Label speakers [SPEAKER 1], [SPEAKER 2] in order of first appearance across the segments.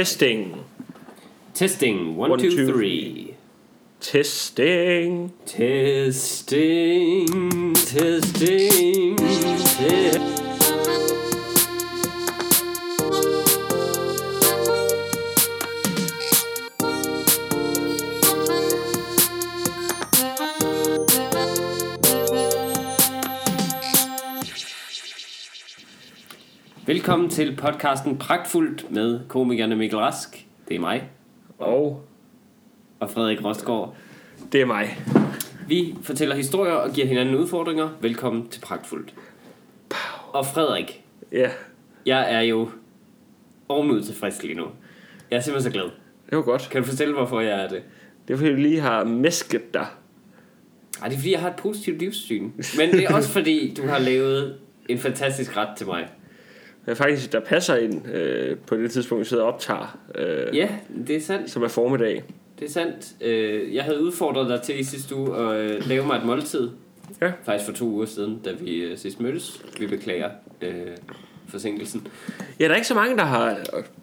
[SPEAKER 1] Testing.
[SPEAKER 2] Testing. One,
[SPEAKER 1] One,
[SPEAKER 2] two, three.
[SPEAKER 1] two, Testing.
[SPEAKER 2] Testing. Testing. Te- Velkommen til podcasten Pragtfuldt med komikerne Mikkel Rask. Det er mig.
[SPEAKER 1] Og
[SPEAKER 2] og Frederik Rostgaard.
[SPEAKER 1] det er mig.
[SPEAKER 2] Vi fortæller historier og giver hinanden udfordringer. Velkommen til Pragtfuldt. Og Frederik,
[SPEAKER 1] Ja,
[SPEAKER 2] jeg er jo ovenud tilfreds lige nu. Jeg er simpelthen så glad.
[SPEAKER 1] det var godt.
[SPEAKER 2] Kan du fortælle, hvorfor jeg er det?
[SPEAKER 1] Det er fordi, vi lige har mæsket dig.
[SPEAKER 2] Ej, det er fordi, jeg har et positivt livssyn. Men det er også fordi, du har lavet en fantastisk ret til mig.
[SPEAKER 1] Der er faktisk, der passer ind øh, på det tidspunkt, vi sidder og optager, øh,
[SPEAKER 2] Ja, det er sandt.
[SPEAKER 1] som er formiddag.
[SPEAKER 2] Det er sandt. Øh, Jeg havde udfordret dig til i sidste uge at øh, lave mig et måltid.
[SPEAKER 1] Ja.
[SPEAKER 2] Faktisk for to uger siden, da vi øh, sidst mødtes. Vi beklager øh, forsinkelsen.
[SPEAKER 1] Ja, der er ikke så mange, der har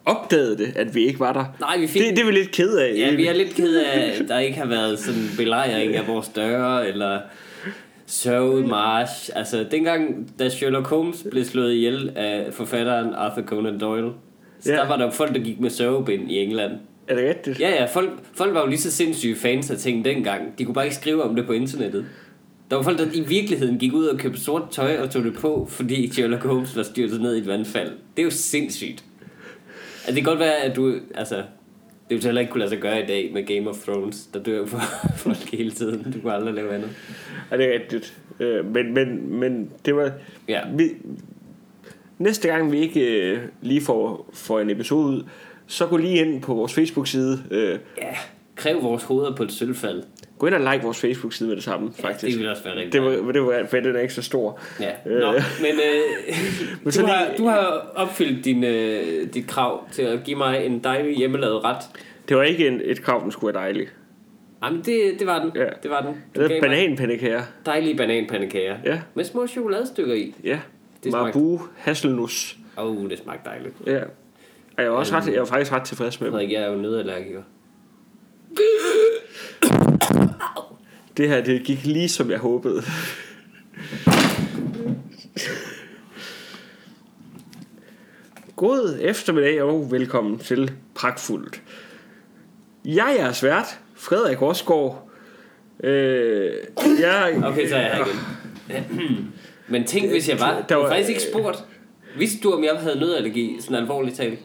[SPEAKER 1] opdaget det, at vi ikke var der.
[SPEAKER 2] Nej, vi fik
[SPEAKER 1] Det, det er vi lidt ked af.
[SPEAKER 2] Ja, vi
[SPEAKER 1] egentlig.
[SPEAKER 2] er lidt ked af, at der ikke har været sådan en belejring af vores døre, eller søvnmarsch. Altså, dengang, da Sherlock Holmes blev slået ihjel af forfatteren Arthur Conan Doyle, så
[SPEAKER 1] Ja.
[SPEAKER 2] der var der jo folk, der gik med søvebind i England.
[SPEAKER 1] Er det rigtigt?
[SPEAKER 2] Ja, ja, folk, folk var jo lige så sindssyge fans af ting dengang. De kunne bare ikke skrive om det på internettet. Der var folk, der i virkeligheden gik ud og købte sort tøj og tog det på, fordi Sherlock Holmes var styrtet ned i et vandfald. Det er jo sindssygt. Altså, det kan godt være, at du... Altså, det ville du heller ikke kunne lade sig gøre i dag med Game of Thrones. Der dør jo for- folk hele tiden. Du kunne aldrig lave andet.
[SPEAKER 1] Er det rigtigt? Øh, men, men, men det var...
[SPEAKER 2] Ja.
[SPEAKER 1] Vi, næste gang vi ikke øh, lige får, får en episode ud, så gå lige ind på vores Facebook-side. Øh,
[SPEAKER 2] Ja. Kræv vores hoveder på et sølvfald.
[SPEAKER 1] gå ind og like vores Facebook-side med det samme, faktisk.
[SPEAKER 2] Det ville også være rigtig
[SPEAKER 1] det var, det var, for den er ikke så stor.
[SPEAKER 2] Ja,
[SPEAKER 1] Øh.
[SPEAKER 2] Nå, men, øh,
[SPEAKER 1] Men så
[SPEAKER 2] du, har,
[SPEAKER 1] lige-
[SPEAKER 2] du har opfyldt din, øh, dit krav til at give mig en dejlig hjemmelavet ret.
[SPEAKER 1] Det var ikke en, et krav, den skulle være dejlig. Jamen,
[SPEAKER 2] det, det var den.
[SPEAKER 1] Ja.
[SPEAKER 2] Det var den. Du
[SPEAKER 1] Det
[SPEAKER 2] gav
[SPEAKER 1] er
[SPEAKER 2] mig
[SPEAKER 1] bananpandekager.
[SPEAKER 2] dejlige bananpandekager.
[SPEAKER 1] Ja.
[SPEAKER 2] Med små chokoladestykker i.
[SPEAKER 1] Ja.
[SPEAKER 2] Det smagte-
[SPEAKER 1] Marbu, hasselnus.
[SPEAKER 2] Åh, oh, det smagte dejligt.
[SPEAKER 1] Ja. Og jeg var, også
[SPEAKER 2] Øhm.
[SPEAKER 1] ret, jeg var faktisk ret tilfreds med dem.
[SPEAKER 2] Frederik, jeg er jo nødallergiker.
[SPEAKER 1] Det her, det gik lige som jeg håbede. God eftermiddag og velkommen til Pragtfuldt. Jeg er svært, Frederik Rosgaard. Øh, jeg,
[SPEAKER 2] Okay, så er jeg her igen. men tænk, hvis jeg var.
[SPEAKER 1] Der
[SPEAKER 2] Der
[SPEAKER 1] var-
[SPEAKER 2] var faktisk ikke spurgt. Vidste du, om jeg havde nødallergi? Sådan alvorligt talt.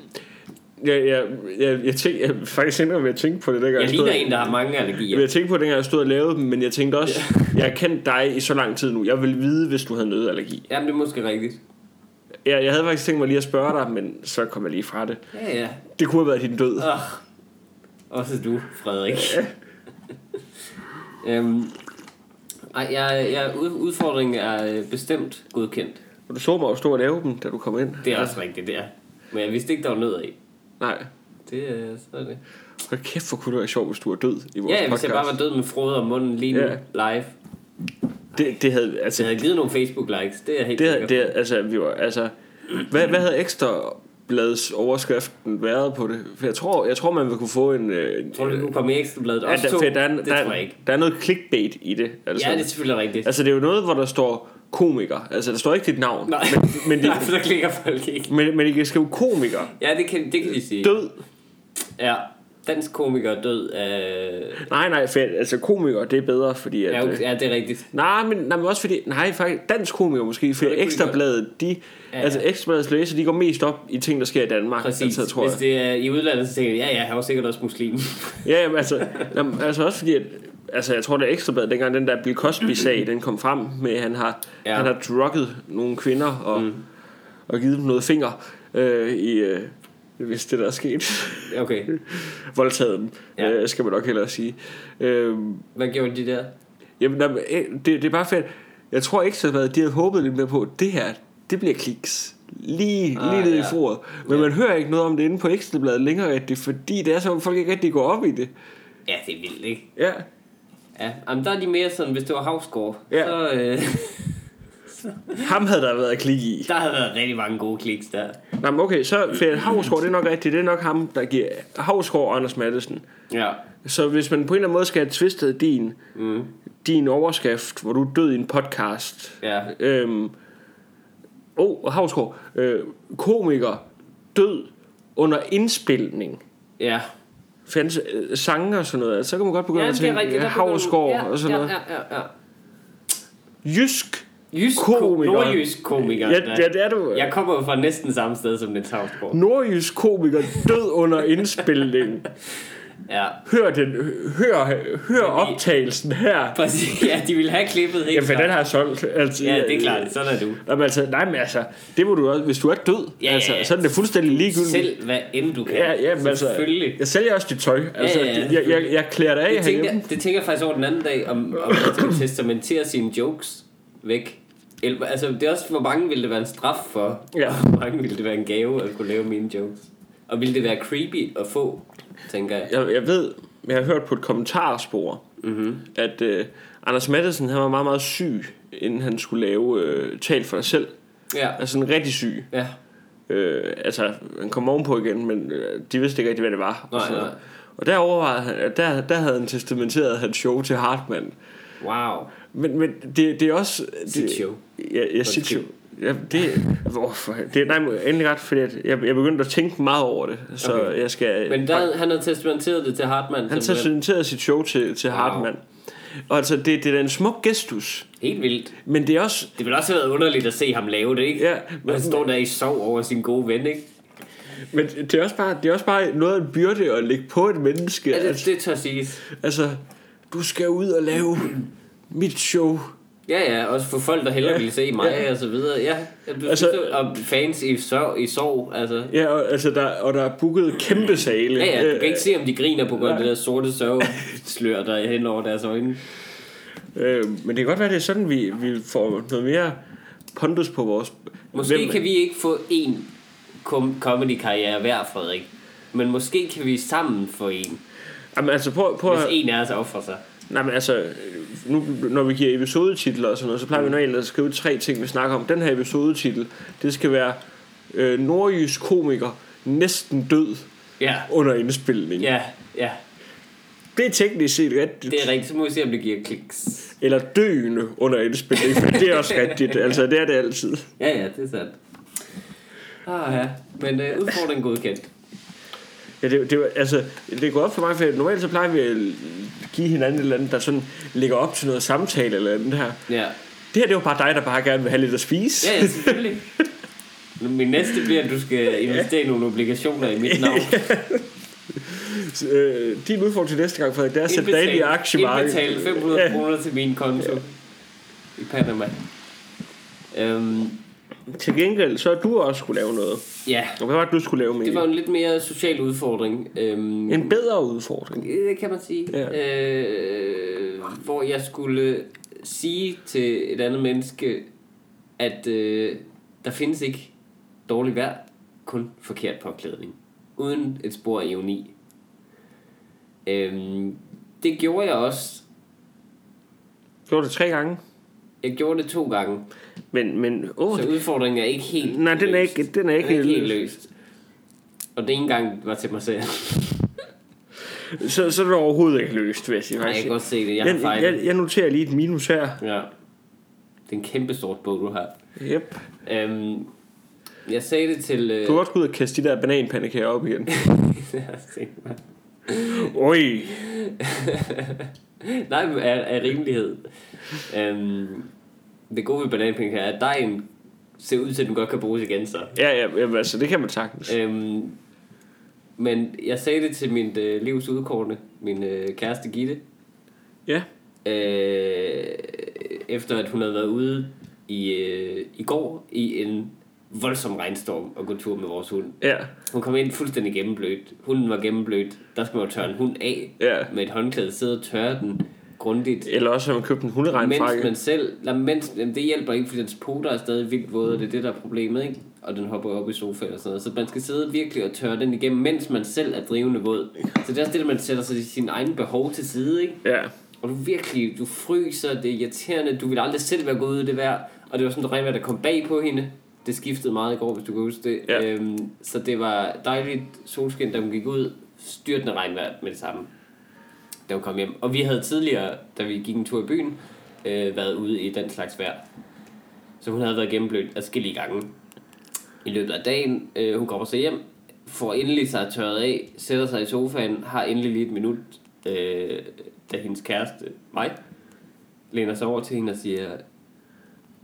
[SPEAKER 1] jeg, jeg, jeg, jeg, tænk, jeg faktisk indrømmer, at jeg tænkte på det dengang.
[SPEAKER 2] Jeg
[SPEAKER 1] stod-
[SPEAKER 2] ligner en, der har mange allergier.
[SPEAKER 1] Jeg tænkte på dengang, jeg stod og lavede dem, men jeg tænkte også, jeg har kendt dig i så lang tid nu. Jeg ville vide, hvis du havde nødallergi.
[SPEAKER 2] Jamen, det er måske rigtigt.
[SPEAKER 1] Jeg, jeg havde faktisk tænkt mig lige at spørge dig, men så kom jeg lige fra det.
[SPEAKER 2] Ja, ja.
[SPEAKER 1] Det kunne have været din død.
[SPEAKER 2] Åh, også du, Frederik. øhm, ej, jeg, jeg, ud- udfordringen er øh, bestemt godkendt.
[SPEAKER 1] Og du så mig jo stå og lave dem, da du kom ind.
[SPEAKER 2] Det er også rigtigt, det er. Men jeg vidste ikke, der var nød af.
[SPEAKER 1] Nej.
[SPEAKER 2] Det er så er det.
[SPEAKER 1] Hold kæft, hvor kunne det være sjovt, hvis du var død i vores
[SPEAKER 2] Ja, hvis
[SPEAKER 1] podcast.
[SPEAKER 2] jeg bare var død med frode og munden lige nu,
[SPEAKER 1] Ja.
[SPEAKER 2] live.
[SPEAKER 1] Det, det havde,
[SPEAKER 2] Så
[SPEAKER 1] altså,
[SPEAKER 2] jeg havde givet nogle Facebook-likes, det er jeg helt
[SPEAKER 1] det
[SPEAKER 2] sikker
[SPEAKER 1] havde,
[SPEAKER 2] på.
[SPEAKER 1] det, havde- altså, vi var, altså, hvad, hvad havde ekstra blads overskriften været på det? For jeg tror, jeg tror man vil kunne få en... Øh, en-
[SPEAKER 2] Tror du, vi kunne komme i ekstrabladet?
[SPEAKER 1] ja,
[SPEAKER 2] Også
[SPEAKER 1] der,
[SPEAKER 2] to?
[SPEAKER 1] for der, er-
[SPEAKER 2] det
[SPEAKER 1] der,
[SPEAKER 2] tror jeg
[SPEAKER 1] er-
[SPEAKER 2] ikke.
[SPEAKER 1] der er noget clickbait i det. Altså.
[SPEAKER 2] Ja, det er selvfølgelig rigtigt.
[SPEAKER 1] altså, det er jo noget, hvor der står komiker. Altså, der står ikke dit navn.
[SPEAKER 2] Nej,
[SPEAKER 1] Men, men,
[SPEAKER 2] Nej,
[SPEAKER 1] de,
[SPEAKER 2] for der klikker folk ikke.
[SPEAKER 1] men, men de kan skrive komiker.
[SPEAKER 2] Ja, det kan, det kan de sige.
[SPEAKER 1] Død.
[SPEAKER 2] Ja, dansk komiker er død af...
[SPEAKER 1] Nej, nej, for, altså komiker, det er bedre, fordi... At, øh,
[SPEAKER 2] Ja, okay, ja, det er rigtigt.
[SPEAKER 1] Nej, men, nej, men også fordi, nej, faktisk, dansk komiker måske, for
[SPEAKER 2] det kunne de
[SPEAKER 1] Ekstrabladet, de, ja,
[SPEAKER 2] ja.
[SPEAKER 1] altså Ekstrabladets læser, de går mest op i ting, der sker i Danmark.
[SPEAKER 2] Præcis.
[SPEAKER 1] Altså, tror jeg.
[SPEAKER 2] Hvis det er i udlandet, så tænker jeg, ja, ja, han var sikkert også muslim.
[SPEAKER 1] Ja, jamen, altså, jamen, altså også fordi, at, altså jeg tror, det er Ekstrabladet, dengang den der Bill Cosby-sag, den kom frem med, at han har, ja.
[SPEAKER 2] Ja.
[SPEAKER 1] han har drugget nogle kvinder og, mm. og givet dem noget finger øh, i, øh, hvis det der er sket.
[SPEAKER 2] Okay,
[SPEAKER 1] Voldtaget dem, ja.
[SPEAKER 2] Ja.
[SPEAKER 1] øh, skal man nok hellere sige. Øh,
[SPEAKER 2] hvad gjorde de der?
[SPEAKER 1] Jamen, jamen øh, det, det er bare fedt. Jeg tror ikke, så meget, de havde håbet lidt mere på, at det her, det bliver kliks. Lige, ah,
[SPEAKER 2] Ah,
[SPEAKER 1] lige ned ja. i
[SPEAKER 2] ja.
[SPEAKER 1] foret. Men ja. man hører ikke noget om det inde på Ekstrabladet længere rigtigt, fordi det er som om folk ikke rigtig går op i det.
[SPEAKER 2] Ja, det er vildt, ikke?
[SPEAKER 1] Ja.
[SPEAKER 2] Ja, Jamen, der er de mere sådan, hvis det var Havsgård,
[SPEAKER 1] Ja.
[SPEAKER 2] så, øh,
[SPEAKER 1] Ham havde der været klik i.
[SPEAKER 2] Der havde været rigtig mange gode kliks der.
[SPEAKER 1] Nå, men okay, så Fred Havsgaard, det er nok rigtigt. Det er nok ham, der giver Havsgaard og Anders Maddelsen.
[SPEAKER 2] Ja.
[SPEAKER 1] Så hvis man på en eller anden måde skal have tvistet din, mm. din overskrift, hvor du er død i en podcast.
[SPEAKER 2] Ja.
[SPEAKER 1] Øhm, oh, og Havsgaard. Øh, komiker død under indspilning.
[SPEAKER 2] Ja.
[SPEAKER 1] Fandt øh, sange og sådan noget. Så kan man godt begynde
[SPEAKER 2] ja
[SPEAKER 1] at tænke rigtigt,
[SPEAKER 2] der begynder-
[SPEAKER 1] Havsgaard
[SPEAKER 2] ja,
[SPEAKER 1] og sådan
[SPEAKER 2] ja,
[SPEAKER 1] noget.
[SPEAKER 2] Ja, ja, ja.
[SPEAKER 1] Jysk.
[SPEAKER 2] Jysk
[SPEAKER 1] Komiker.
[SPEAKER 2] komiker. Nordjysk komiker.
[SPEAKER 1] Ja, ja, det er du.
[SPEAKER 2] Jeg kommer jo fra næsten samme sted som Niels Havsgaard.
[SPEAKER 1] Nordjysk komiker død under indspilning.
[SPEAKER 2] Ja.
[SPEAKER 1] Hør, den, hør, hør optagelsen her.
[SPEAKER 2] Præcis. Ja, de ville have klippet helt
[SPEAKER 1] Jamen, for
[SPEAKER 2] klart.
[SPEAKER 1] den har jeg solgt. Altså,
[SPEAKER 2] Ja, det er klart. Sådan er du.
[SPEAKER 1] Jamen, altså, nej, men altså, det må du også, hvis du er død,
[SPEAKER 2] Ja, ja,
[SPEAKER 1] altså,
[SPEAKER 2] ja.
[SPEAKER 1] så er det fuldstændig ligegyldigt.
[SPEAKER 2] Selv hvad end du kan.
[SPEAKER 1] ja, ja, men altså,
[SPEAKER 2] Selvfølgelig.
[SPEAKER 1] jeg sælger også dit tøj. Altså,
[SPEAKER 2] Ja, ja, ja.
[SPEAKER 1] Jeg, jeg, jeg klæder dig af
[SPEAKER 2] Det tænkte,
[SPEAKER 1] herhjemme.
[SPEAKER 2] jeg, det tænker jeg faktisk over den anden dag, om, om man skal testamentere sine jokes væk. Eller, altså, det er også, hvor mange ville det være en straf for?
[SPEAKER 1] Ja.
[SPEAKER 2] Og Hvor mange ville det være en gave at kunne lave mine jokes? Og ville det være creepy at få, tænker jeg.
[SPEAKER 1] Jeg, jeg ved, jeg har hørt på et kommentarspor, mm-hmm. at øh, Anders Maddelsen, han var meget, meget syg, inden han skulle lave øh, Tal for dig selv.
[SPEAKER 2] Ja.
[SPEAKER 1] Altså, sådan rigtig syg.
[SPEAKER 2] Ja.
[SPEAKER 1] Øh, altså, han kom ovenpå igen, men øh, de vidste ikke rigtig, hvad det var. og
[SPEAKER 2] Nej,
[SPEAKER 1] sådan noget.
[SPEAKER 2] nej.
[SPEAKER 1] Og der overvejede han, at der, der havde han testamenteret hans show til Hartmann.
[SPEAKER 2] Wow.
[SPEAKER 1] Men, men det, det er også... Det,
[SPEAKER 2] Sit show.
[SPEAKER 1] Ja, ja sit
[SPEAKER 2] show.
[SPEAKER 1] show. Ja, det, hvorfor? Det, nej, men endelig ret, fordi at jeg, jeg begyndte at tænke meget over det, så
[SPEAKER 2] Okay.
[SPEAKER 1] okay. jeg skal...
[SPEAKER 2] Men der, han havde testamenteret det til Hartmann.
[SPEAKER 1] han
[SPEAKER 2] simpelthen.
[SPEAKER 1] testamenterede sit show til, til wow. Hartmann. Og altså, det, det er da en smuk gestus,
[SPEAKER 2] Helt vildt.
[SPEAKER 1] men det er også...
[SPEAKER 2] Det ville også have været underligt at se ham lave det, ikke?
[SPEAKER 1] Ja,
[SPEAKER 2] men... Han står der i sov over sin gode ven, ikke?
[SPEAKER 1] Men det er også bare, det er også bare noget af en byrde at lægge på et menneske.
[SPEAKER 2] Ja, det,
[SPEAKER 1] altså,
[SPEAKER 2] det tør siges.
[SPEAKER 1] altså, du skal ud og lave mit show.
[SPEAKER 2] Ja, ja, også for folk, der hellere
[SPEAKER 1] Ja,
[SPEAKER 2] ja, ville se mig
[SPEAKER 1] ja.
[SPEAKER 2] ja. og så videre. Ja, du,
[SPEAKER 1] Altså-
[SPEAKER 2] altså, og fans i sorg, i sorg altså.
[SPEAKER 1] Ja, og, altså, der, og der er booket kæmpe sale.
[SPEAKER 2] Ja, ja, du
[SPEAKER 1] Øh,
[SPEAKER 2] kan ikke se, om de griner på grund af det der sorte sørgeslør, der er hen over deres øjne.
[SPEAKER 1] Øh, men det kan godt være, det er sådan, vi, vi får noget mere pondus på vores...
[SPEAKER 2] Måske
[SPEAKER 1] hvem-
[SPEAKER 2] kan vi ikke få én kom- comedy-karriere hver, Frederik. Men måske kan vi sammen få en,
[SPEAKER 1] Jamen, altså, prøv, prøv
[SPEAKER 2] hvis
[SPEAKER 1] at...
[SPEAKER 2] en af os offrer sig.
[SPEAKER 1] Nej, men altså, nu, når vi giver episodetitler og sådan noget, så
[SPEAKER 2] Mm.
[SPEAKER 1] plejer vi normalt at skrive tre ting, vi snakker om. Den her episodetitel, det skal være øh, nordjysk komiker næsten død
[SPEAKER 2] Ja,
[SPEAKER 1] under indspilning.
[SPEAKER 2] ja, ja.
[SPEAKER 1] Det er teknisk set rigtigt.
[SPEAKER 2] Det er rigtigt. Så må vi se, om det giver kliks.
[SPEAKER 1] Eller døende under indspilning, for det er også rigtigt. Altså, det er det altid.
[SPEAKER 2] Ja, ja, det er sandt. Ah, ja. Men øh, udfordringen godkendt.
[SPEAKER 1] Ja, det, det, var- altså, det går op for mig, for normalt så plejer vi at give hinanden et eller andet, der sådan ligger op til noget samtale eller andet her.
[SPEAKER 2] Ja.
[SPEAKER 1] Det her, det var bare dig, der bare gerne vil have lidt at spise.
[SPEAKER 2] Ja, ja, selvfølgelig. Nu, Min næste bliver, at du skal investere i nogle obligationer i mit navn.
[SPEAKER 1] Øh, din udfordring til næste gang, Frederik, det er at sætte dig ind i aktiemarkedet.
[SPEAKER 2] indbetale 500
[SPEAKER 1] Ja,
[SPEAKER 2] kroner til min konto i Panama. Øhm,
[SPEAKER 1] til gengæld, så har du også skulle lave noget.
[SPEAKER 2] ja,
[SPEAKER 1] Og hvad var det, du skulle lave med?
[SPEAKER 2] det var en lidt mere social udfordring. Øhm,
[SPEAKER 1] En bedre udfordring.
[SPEAKER 2] det kan man sige.
[SPEAKER 1] Ja.
[SPEAKER 2] Øh, hvor jeg skulle sige til et andet menneske, at øh, der findes ikke dårligt vejr, kun forkert påklædning. Uden et spor af ironi. Øhm, det gjorde jeg også.
[SPEAKER 1] Gjorde det tre gange.
[SPEAKER 2] Jeg gjorde det to gange.
[SPEAKER 1] Men, men åh,
[SPEAKER 2] Så udfordringen er ikke helt
[SPEAKER 1] nej, den er
[SPEAKER 2] løst.
[SPEAKER 1] ikke, den er ikke,
[SPEAKER 2] den er ikke helt løst. Og det ene gang var til mig selv.
[SPEAKER 1] Så, så er det overhovedet ikke løst, vil jeg sige.
[SPEAKER 2] Nej, jeg kan godt se det. Jeg har
[SPEAKER 1] jeg,
[SPEAKER 2] fejlet.
[SPEAKER 1] jeg, jeg noterer lige et minus her.
[SPEAKER 2] Ja. Det er en kæmpe sort bog, du har.
[SPEAKER 1] Yep.
[SPEAKER 2] Øhm, jeg sagde det til... Øh,
[SPEAKER 1] Du kan godt gå ud og kaste de der bananpandekager op igen. Oj.
[SPEAKER 2] Nej, men af, af rimelighed. Øhm, det gode ved bananpenge her er, at dejen ser ud til, at den godt kan bruges igen så.
[SPEAKER 1] Ja, ja, jamen, altså, det kan man sagtens.
[SPEAKER 2] Øhm, men jeg sagde det til min øh, livs udkårende, min øh, kæreste Gitte,
[SPEAKER 1] Ja.
[SPEAKER 2] øh, efter at hun havde været ude i, øh, i går i en voldsom regnstorm og gå tur med vores hund.
[SPEAKER 1] Ja.
[SPEAKER 2] Hun kom ind fuldstændig gennemblødt. Hunden var gennemblødt. Der skulle man jo tørre en hund af
[SPEAKER 1] Ja.
[SPEAKER 2] med et håndklæde. Sidde og tørre den grundigt.
[SPEAKER 1] Eller også har man købt en
[SPEAKER 2] Mens
[SPEAKER 1] hunderegnfrakke.
[SPEAKER 2] man selv... Nej, mens, jamen, det hjælper ikke, fordi dens poter er stadig vildt våde, og det er det, der er problemet, ikke? Og den hopper op i sofaen og sådan noget. Så man skal sidde virkelig og tørre den igennem, mens man selv er drivende våd. Så det er også det, at man sætter sig sine egne behov til side, ikke?
[SPEAKER 1] Ja.
[SPEAKER 2] Og du virkelig, du fryser, det er irriterende, du vil aldrig selv være gået ud i det vejr. Og det var sådan en regn, der kom bag på hende. Det skiftede meget i går, hvis du kan huske det.
[SPEAKER 1] Ja.
[SPEAKER 2] Øhm, så det var dejligt solskin, da hun gik ud. Styrtende regnvejr med det samme, da hun kom hjem. Og vi havde tidligere, da vi gik en tur i byen, øh, været ude i den slags vejr. Så hun havde været gennemblødt adskillige gange i løbet af dagen. Øh, hun kommer så hjem, får endelig sig tørret af, sætter sig i sofaen, har endelig lige et minut, øh, da hendes kæreste, mig, læner sig over til hende og siger,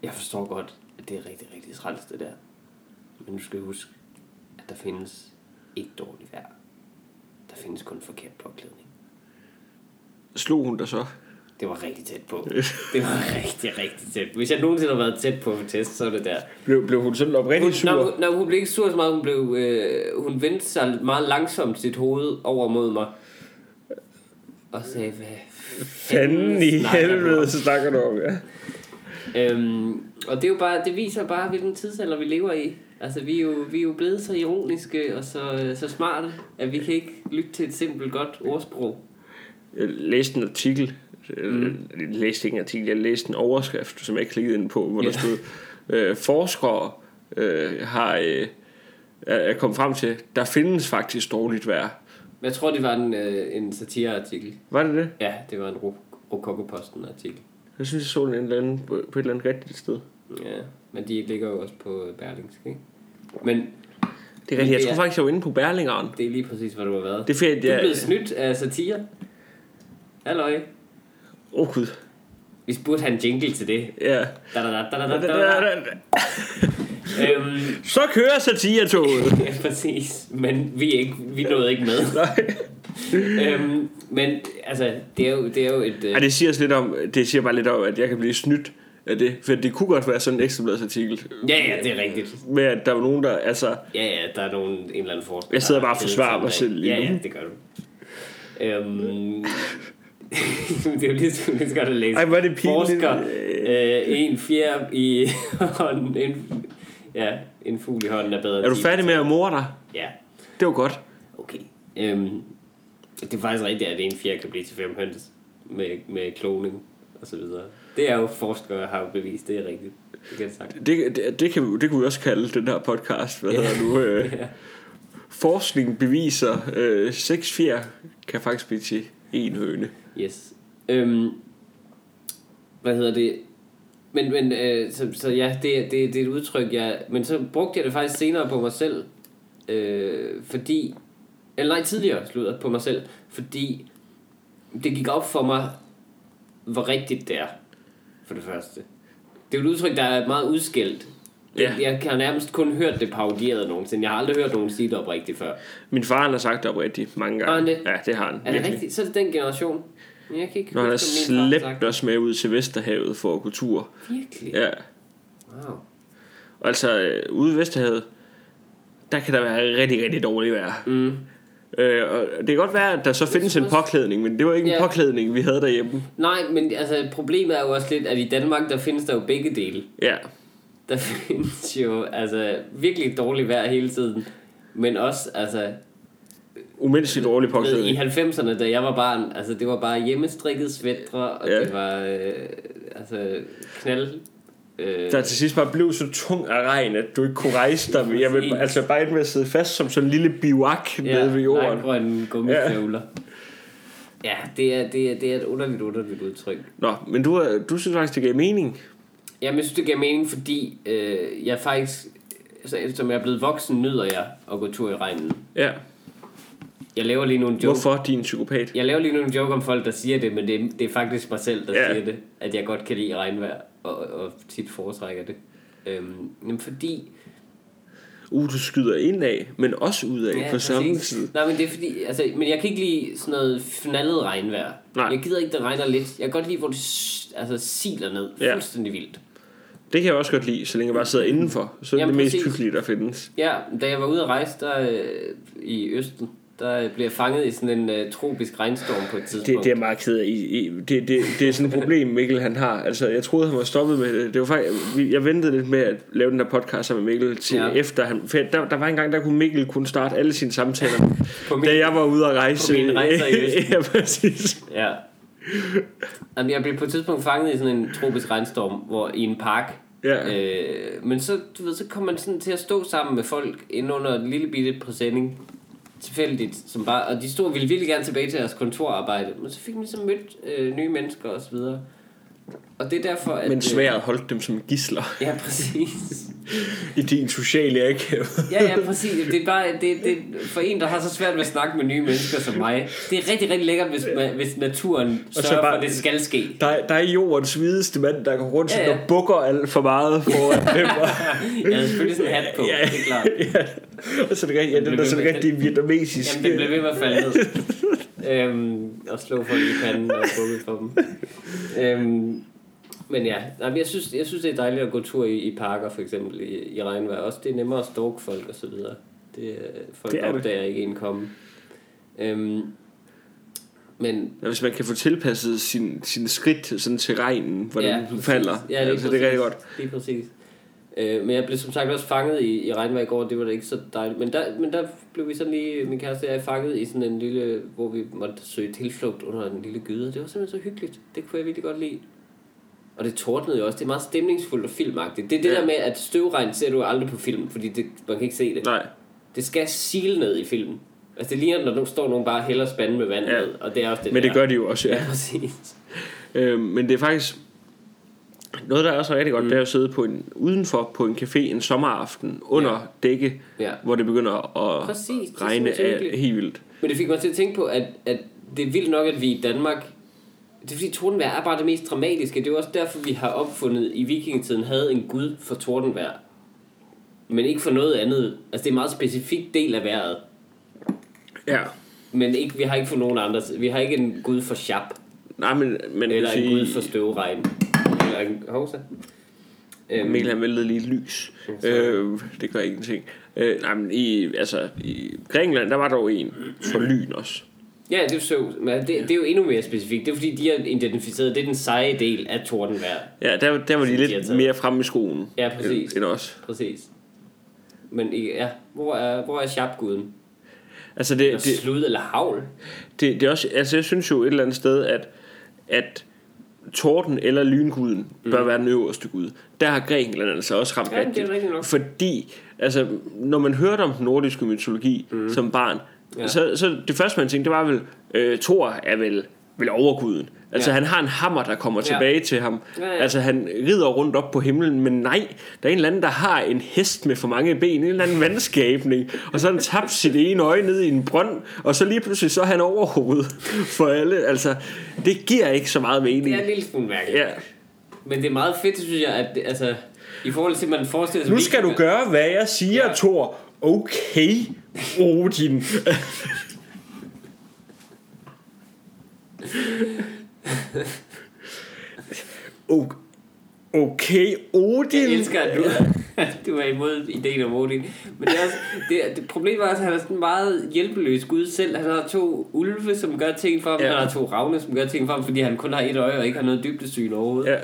[SPEAKER 2] jeg forstår godt, at det er rigtig, rigtig træls det der. Men du skal huske, at der findes ikke dårligt vejr. Der findes kun forkert påklædning.
[SPEAKER 1] Slog hun dig så?
[SPEAKER 2] Det var rigtig tæt på. Det var rigtig, rigtig tæt. Hvis jeg nogensinde har været tæt på en test, så er det der.
[SPEAKER 1] Blev, blev hun sådan
[SPEAKER 2] Hun,
[SPEAKER 1] oprigtigt
[SPEAKER 2] nej, hun,
[SPEAKER 1] sur?
[SPEAKER 2] nej, hun blev ikke sur så meget. Hun, blev, øh, hun vendte sig meget langsomt sit hoved over mod mig. Og sagde, hvad
[SPEAKER 1] Fanden i
[SPEAKER 2] snakker du om?"
[SPEAKER 1] helvede, så snakker du om, ja.
[SPEAKER 2] Øhm, og det, er jo bare, det viser bare, hvilken tidsalder vi lever i. Altså, vi er jo, vi er jo blevet så ironiske og så, øh, så smarte, at vi kan ikke lytte til et simpelt godt ordsprog.
[SPEAKER 1] Jeg læste en artikel. Mm. Jeg læste ikke en artikel, jeg læste en overskrift, som jeg ikke klikkede ind på, hvor der
[SPEAKER 2] Ja.
[SPEAKER 1] stod, øh, forskere øh, har øh, er er kommet frem til, der findes faktisk dårligt vejr.
[SPEAKER 2] Men jeg tror, det var en, øh, en satireartikel.
[SPEAKER 1] Var det det?
[SPEAKER 2] Ja, det var en Rokokoposten-artikel.
[SPEAKER 1] Jeg synes, jeg så den en eller anden, på på et eller andet rigtigt sted.
[SPEAKER 2] Ja, men de ligger jo også på øh, Berlingske, ikke? Men
[SPEAKER 1] Det er
[SPEAKER 2] Men
[SPEAKER 1] rigtigt. Jeg
[SPEAKER 2] det
[SPEAKER 1] tror
[SPEAKER 2] er-
[SPEAKER 1] faktisk, jeg var inde på Berlingeren.
[SPEAKER 2] det er lige præcis, hvad du har været.
[SPEAKER 1] Det er fordi,
[SPEAKER 2] Du er
[SPEAKER 1] jeg...
[SPEAKER 2] blevet snydt af satire. Halløj.
[SPEAKER 1] Åh, oh, gud.
[SPEAKER 2] Vi burde have en jingle til det.
[SPEAKER 1] Ja.
[SPEAKER 2] Da, da, da, da, da, da, da. Øhm,
[SPEAKER 1] Så kører satiretoget.
[SPEAKER 2] Ja, præcis. Men vi, er ikke, vi nåede ikke med. øhm, men altså, det er jo, det er jo et... Øh,
[SPEAKER 1] Ja, det siger os lidt om, det siger bare lidt om, at jeg kan blive snydt af det. For det kunne godt være sådan en ekstrabladsartikel.
[SPEAKER 2] ja, ja, det er rigtigt.
[SPEAKER 1] Med at der var nogen, der... Altså,
[SPEAKER 2] Ja, ja, der er nogen, en eller anden forsker.
[SPEAKER 1] Jeg sidder
[SPEAKER 2] der
[SPEAKER 1] bare og
[SPEAKER 2] har kedet
[SPEAKER 1] forsvarer
[SPEAKER 2] sig
[SPEAKER 1] mig selv
[SPEAKER 2] med-
[SPEAKER 1] lige
[SPEAKER 2] Ja,
[SPEAKER 1] nu.
[SPEAKER 2] ja, det gør du. Øhm, det er jo lige så lige så godt at læse.
[SPEAKER 1] Ej, hvor er det pinligt.
[SPEAKER 2] Forsker, øh, en fjer i hånden, en, ja, en fugl i hånden er bedre end
[SPEAKER 1] er du
[SPEAKER 2] ti.
[SPEAKER 1] færdig med at morde dig?
[SPEAKER 2] Ja,
[SPEAKER 1] Det var godt.
[SPEAKER 2] Okay. Øhm, det er faktisk rigtigt, at en fjer kan blive til fem høns med, med kloning og så videre. Det er jo forskere har jo bevist, det er rigtigt. Det kan jeg sagt.
[SPEAKER 1] Det, det, det, kan, vi- det kunne vi også kalde den her podcast. Hvad hedder nu? Øh, forskning beviser, øh, seks fjer kan faktisk blive til en høne.
[SPEAKER 2] Yes. Øhm, hvad hedder det? Men, men øh, så, så ja, det, er- det, er- det er et udtryk, jeg... Men så brugte jeg det faktisk senere på mig selv, øh, fordi... Eller nej, tidligere sludder på mig selv, fordi det gik op for mig, hvor rigtigt det er, for det første. Det er jo et udtryk, der er meget udskilt.
[SPEAKER 1] Ja.
[SPEAKER 2] Jeg, jeg har nærmest kun hørt det parodieret nogensinde. Jeg har aldrig hørt nogen sige det oprigtigt før.
[SPEAKER 1] Min far han har sagt det oprigtigt mange gange.
[SPEAKER 2] Har han det?
[SPEAKER 1] Ja, det har han.
[SPEAKER 2] Er det
[SPEAKER 1] virkelig.
[SPEAKER 2] rigtigt? Så er det den generation. Jeg kan ikke
[SPEAKER 1] Når han har
[SPEAKER 2] huske, om min far har sagt
[SPEAKER 1] slæbt os med ud til Vesterhavet for kultur.
[SPEAKER 2] det. Virkelig?
[SPEAKER 1] Ja.
[SPEAKER 2] Wow.
[SPEAKER 1] Og altså, øh, ude i Vesterhavet, der kan der være rigtig, rigtig dårligt vejr.
[SPEAKER 2] Mm.
[SPEAKER 1] Øh, og det kan godt være, at der så findes en
[SPEAKER 2] synes også-
[SPEAKER 1] påklædning, men det var ikke en
[SPEAKER 2] Ja.
[SPEAKER 1] påklædning, vi havde derhjemme.
[SPEAKER 2] Nej, men altså, problemet er jo også lidt, at i Danmark, der findes der jo begge dele.
[SPEAKER 1] Ja.
[SPEAKER 2] Der findes jo altså, virkelig dårligt vejr hele tiden. Men også, altså,
[SPEAKER 1] Umenneskeligt dårlig
[SPEAKER 2] ved, i
[SPEAKER 1] påklædning.
[SPEAKER 2] 90'erne, da jeg var barn, altså, det var bare hjemmestrikket svætre, og
[SPEAKER 1] Ja.
[SPEAKER 2] ja. det var, øh, altså, knald. Øh,
[SPEAKER 1] Der til sidst bare blev så tung af regn, at du ikke kunne rejse dig. Jeg vil
[SPEAKER 2] Præcis.
[SPEAKER 1] altså bare ind med at sidde fast som sådan en lille biwak nede ved jorden.
[SPEAKER 2] grønne gummistøvler. Ja, ja det, er, det, er, det er et underligt, underligt udtryk.
[SPEAKER 1] Nå, men du, øh, du synes faktisk, det gav mening.
[SPEAKER 2] Jamen, jeg synes, det giver mening, fordi øh, jeg faktisk, så, som jeg er blevet voksen, nyder jeg at gå tur i regnen.
[SPEAKER 1] Ja.
[SPEAKER 2] Jeg laver lige nogle jokes.
[SPEAKER 1] Hvorfor din psykopat?
[SPEAKER 2] Jeg laver lige nogle joke om folk, der siger det, men det, er- det er faktisk mig selv, der
[SPEAKER 1] Ja.
[SPEAKER 2] yeah. siger det. At jeg godt kan lide regnvejr, og, og tit foretrækker det. Øhm, jamen fordi...
[SPEAKER 1] Uh, du skyder indad, men også udad på samme
[SPEAKER 2] præcis.
[SPEAKER 1] tid.
[SPEAKER 2] Nej, men det er fordi... Altså, men jeg kan ikke lide sådan noget fnallet regnvejr.
[SPEAKER 1] Nej.
[SPEAKER 2] Jeg gider ikke, det regner lidt. Jeg kan godt lide, hvor det s- altså, siler ned.
[SPEAKER 1] Ja.
[SPEAKER 2] Fuldstændig vildt.
[SPEAKER 1] Det kan jeg også godt lide, så længe jeg bare sidder indenfor. Så er det
[SPEAKER 2] Jamen,
[SPEAKER 1] det mest
[SPEAKER 2] præcis.
[SPEAKER 1] hyggelige, der findes.
[SPEAKER 2] Ja, da jeg var ude at rejse der, øh, i Østen, der øh, blev jeg fanget i sådan en øh, tropisk regnstorm på et tidspunkt.
[SPEAKER 1] Det, det er jeg meget ked af. I- I- Det, det, det er sådan et problem, Mikkel han har. Altså, jeg troede, han var stoppet med det. det var faktisk, vi- jeg ventede lidt med at lave den der podcast sammen med Mikkel til ja.
[SPEAKER 2] Ja.
[SPEAKER 1] efter han... For der, der var en gang, der kunne Mikkel kunne starte alle sine samtaler,
[SPEAKER 2] På min-
[SPEAKER 1] da jeg var ude at rejse.
[SPEAKER 2] på mine rejser i Østen.
[SPEAKER 1] ja, præcis.
[SPEAKER 2] Ja. Jamen, jeg blev på et tidspunkt fanget i sådan en tropisk regnstorm, hvor i en park,
[SPEAKER 1] Ja.
[SPEAKER 2] Øh, men så, du ved, så kom man sådan til at stå sammen med folk inde under en lille bitte præsending. Tilfældigt. Som bare, og de stod og ville virkelig gerne tilbage til deres kontorarbejde. Men så fik man ligesom mødt øh, nye mennesker og så videre. Og det er derfor, at...
[SPEAKER 1] Men
[SPEAKER 2] øh,
[SPEAKER 1] svært holdt dem som gisler
[SPEAKER 2] Ja, præcis.
[SPEAKER 1] i din sociale akav.
[SPEAKER 2] Ja, ja, præcis. Det er bare, det, det, for en, der har så svært ved at snakke med nye mennesker som mig, det er rigtig, rigtig lækkert, hvis, ma- hvis naturen
[SPEAKER 1] så
[SPEAKER 2] sørger bare, for,
[SPEAKER 1] bare-
[SPEAKER 2] at det skal ske.
[SPEAKER 1] Der, er- der er jordens hvideste mand, der går rundt,
[SPEAKER 2] Ja,
[SPEAKER 1] ja,
[SPEAKER 2] ja.
[SPEAKER 1] ja. og bukker alt for meget foran dem. Og,
[SPEAKER 2] Jeg havde selvfølgelig sådan en hat på,
[SPEAKER 1] Ja.
[SPEAKER 2] det er klart.
[SPEAKER 1] ja. Og så er det, rigtig- ja, den er sådan rigtig vietnamesisk.
[SPEAKER 2] Jamen, det blev ved med at falde ned. øhm, og slå folk i panden og bukke for dem. Øhm, men ja, nej, men jeg, synes, jeg synes, det er dejligt at gå tur i, i parker, for eksempel i, i regnvejr. Også det er nemmere at stalke folk og så videre. Det, øh,
[SPEAKER 1] Det
[SPEAKER 2] folk det
[SPEAKER 1] er det.
[SPEAKER 2] opdager ikke en komme. Øhm, men
[SPEAKER 1] Ja, hvis man kan få tilpasset sin, sin skridt sådan til regnen, hvordan
[SPEAKER 2] Ja,
[SPEAKER 1] ja, den
[SPEAKER 2] præcis.
[SPEAKER 1] falder.
[SPEAKER 2] Ja, det er,
[SPEAKER 1] så det er rigtig godt.
[SPEAKER 2] Lige præcis. Øh, men jeg blev som sagt også fanget i, i regnvejr i går, det var da ikke så dejligt. Men der, men der blev vi sådan lige, min kæreste og jeg, fanget i sådan en lille, hvor vi måtte søge tilflugt under en lille gyde. Det var simpelthen så hyggeligt. Det kunne jeg virkelig godt lide. Og det tordnede jo også. Det er meget stemningsfuldt og filmagtigt. Det er det
[SPEAKER 1] Ja.
[SPEAKER 2] der med, at støvregn ser du aldrig på film, fordi det, man kan ikke se det.
[SPEAKER 1] Nej,
[SPEAKER 2] Det skal sile ned i filmen. Altså det ligner, når der står nogen bare og hælder spanden med vand
[SPEAKER 1] Ja.
[SPEAKER 2] ned, og det er også det
[SPEAKER 1] men
[SPEAKER 2] der.
[SPEAKER 1] det gør de jo også,
[SPEAKER 2] Ja,
[SPEAKER 1] ja.
[SPEAKER 2] præcis.
[SPEAKER 1] Øh, men det er faktisk... Noget, der er også rigtig godt, mm. det er at sidde på en, udenfor på en café en sommeraften under
[SPEAKER 2] Ja.
[SPEAKER 1] ja. dække,
[SPEAKER 2] Ja.
[SPEAKER 1] hvor det begynder at
[SPEAKER 2] Præcis, det er
[SPEAKER 1] regne
[SPEAKER 2] simpelthen så
[SPEAKER 1] af
[SPEAKER 2] hyggeligt.
[SPEAKER 1] helt vildt.
[SPEAKER 2] Men det fik mig til at tænke på, at, at det er vildt nok, at vi i Danmark... Det er fordi tordenvejr er bare det mest dramatiske. Det er jo også derfor, vi har opfundet i vikingetiden, havde en gud for tordenvejr. Men ikke for noget andet. Altså det er en meget specifik del af vejret.
[SPEAKER 1] Ja.
[SPEAKER 2] Men ikke, vi har ikke for nogen andre. Vi har ikke en gud for chap.
[SPEAKER 1] Nej, men, men
[SPEAKER 2] Eller
[SPEAKER 1] jeg vil
[SPEAKER 2] en gud for støvregn. Eller en hovsa. Øhm,
[SPEAKER 1] Mikkel han væltede lige et lys.
[SPEAKER 2] Mm,
[SPEAKER 1] Øh, det gør ingenting. Øh, nej, men i, altså, i Grækenland, der var dog en for lyn også.
[SPEAKER 2] Ja, det er jo Zeus. Men det, det, er jo endnu mere specifikt. Det er fordi, de har identificeret, det er den seje del af tordenvejr.
[SPEAKER 1] Ja, der, der var de
[SPEAKER 2] har
[SPEAKER 1] lidt
[SPEAKER 2] taget.
[SPEAKER 1] mere fremme i skoen
[SPEAKER 2] Ja, præcis.
[SPEAKER 1] end, end os.
[SPEAKER 2] Præcis. Men ikke- ja, hvor er, hvor er sharp-guden?
[SPEAKER 1] Altså det,
[SPEAKER 2] Eller
[SPEAKER 1] det,
[SPEAKER 2] slud eller havl?
[SPEAKER 1] det, det er også, altså jeg synes jo et eller andet sted, at, at torden eller lynguden bør være den øverste gud. Der har Grækenland altså også ramt
[SPEAKER 2] Mm. Ja, det er
[SPEAKER 1] rigtigt.
[SPEAKER 2] rigtigt nok.
[SPEAKER 1] Fordi, altså, når man hørte om den nordiske mytologi mm. som barn,
[SPEAKER 2] Ja.
[SPEAKER 1] ja. så, så det første man tænkte, det var vel, øh, Thor er vel, vel overguden. Altså
[SPEAKER 2] Ja.
[SPEAKER 1] ja. han har en hammer, der kommer
[SPEAKER 2] Ja.
[SPEAKER 1] tilbage til ham.
[SPEAKER 2] Ja, ja.
[SPEAKER 1] Altså han rider rundt op på himlen, men nej, der er en eller anden, der har en hest med for mange ben, en eller anden vandskabning, og så har han tabt sit ene øje ned i en brønd, og så lige pludselig så er han overhovedet for alle. Altså, det giver ikke så meget
[SPEAKER 2] Det
[SPEAKER 1] mening.
[SPEAKER 2] er en lille smule mærkeligt.
[SPEAKER 1] Ja.
[SPEAKER 2] Men det er meget fedt, synes jeg, at det, altså, i forhold til, at man forestiller sig...
[SPEAKER 1] Nu skal du gøre, hvad jeg siger,
[SPEAKER 2] Ja.
[SPEAKER 1] ja. Thor. Okay, Odin. O- okay,
[SPEAKER 2] Jeg
[SPEAKER 1] Odin.
[SPEAKER 2] elsker, at du, at du er imod ideen om Odin. Men det, er også, det, det problemet er også, at han er sådan en meget hjælpeløs gud selv. Han har to ulve, som gør ting for ham. Ja.
[SPEAKER 1] Ja.
[SPEAKER 2] Han har to ravne, som gør ting for ham, fordi han kun har et øje og ikke har noget dybdesyn overhovedet.
[SPEAKER 1] Ja.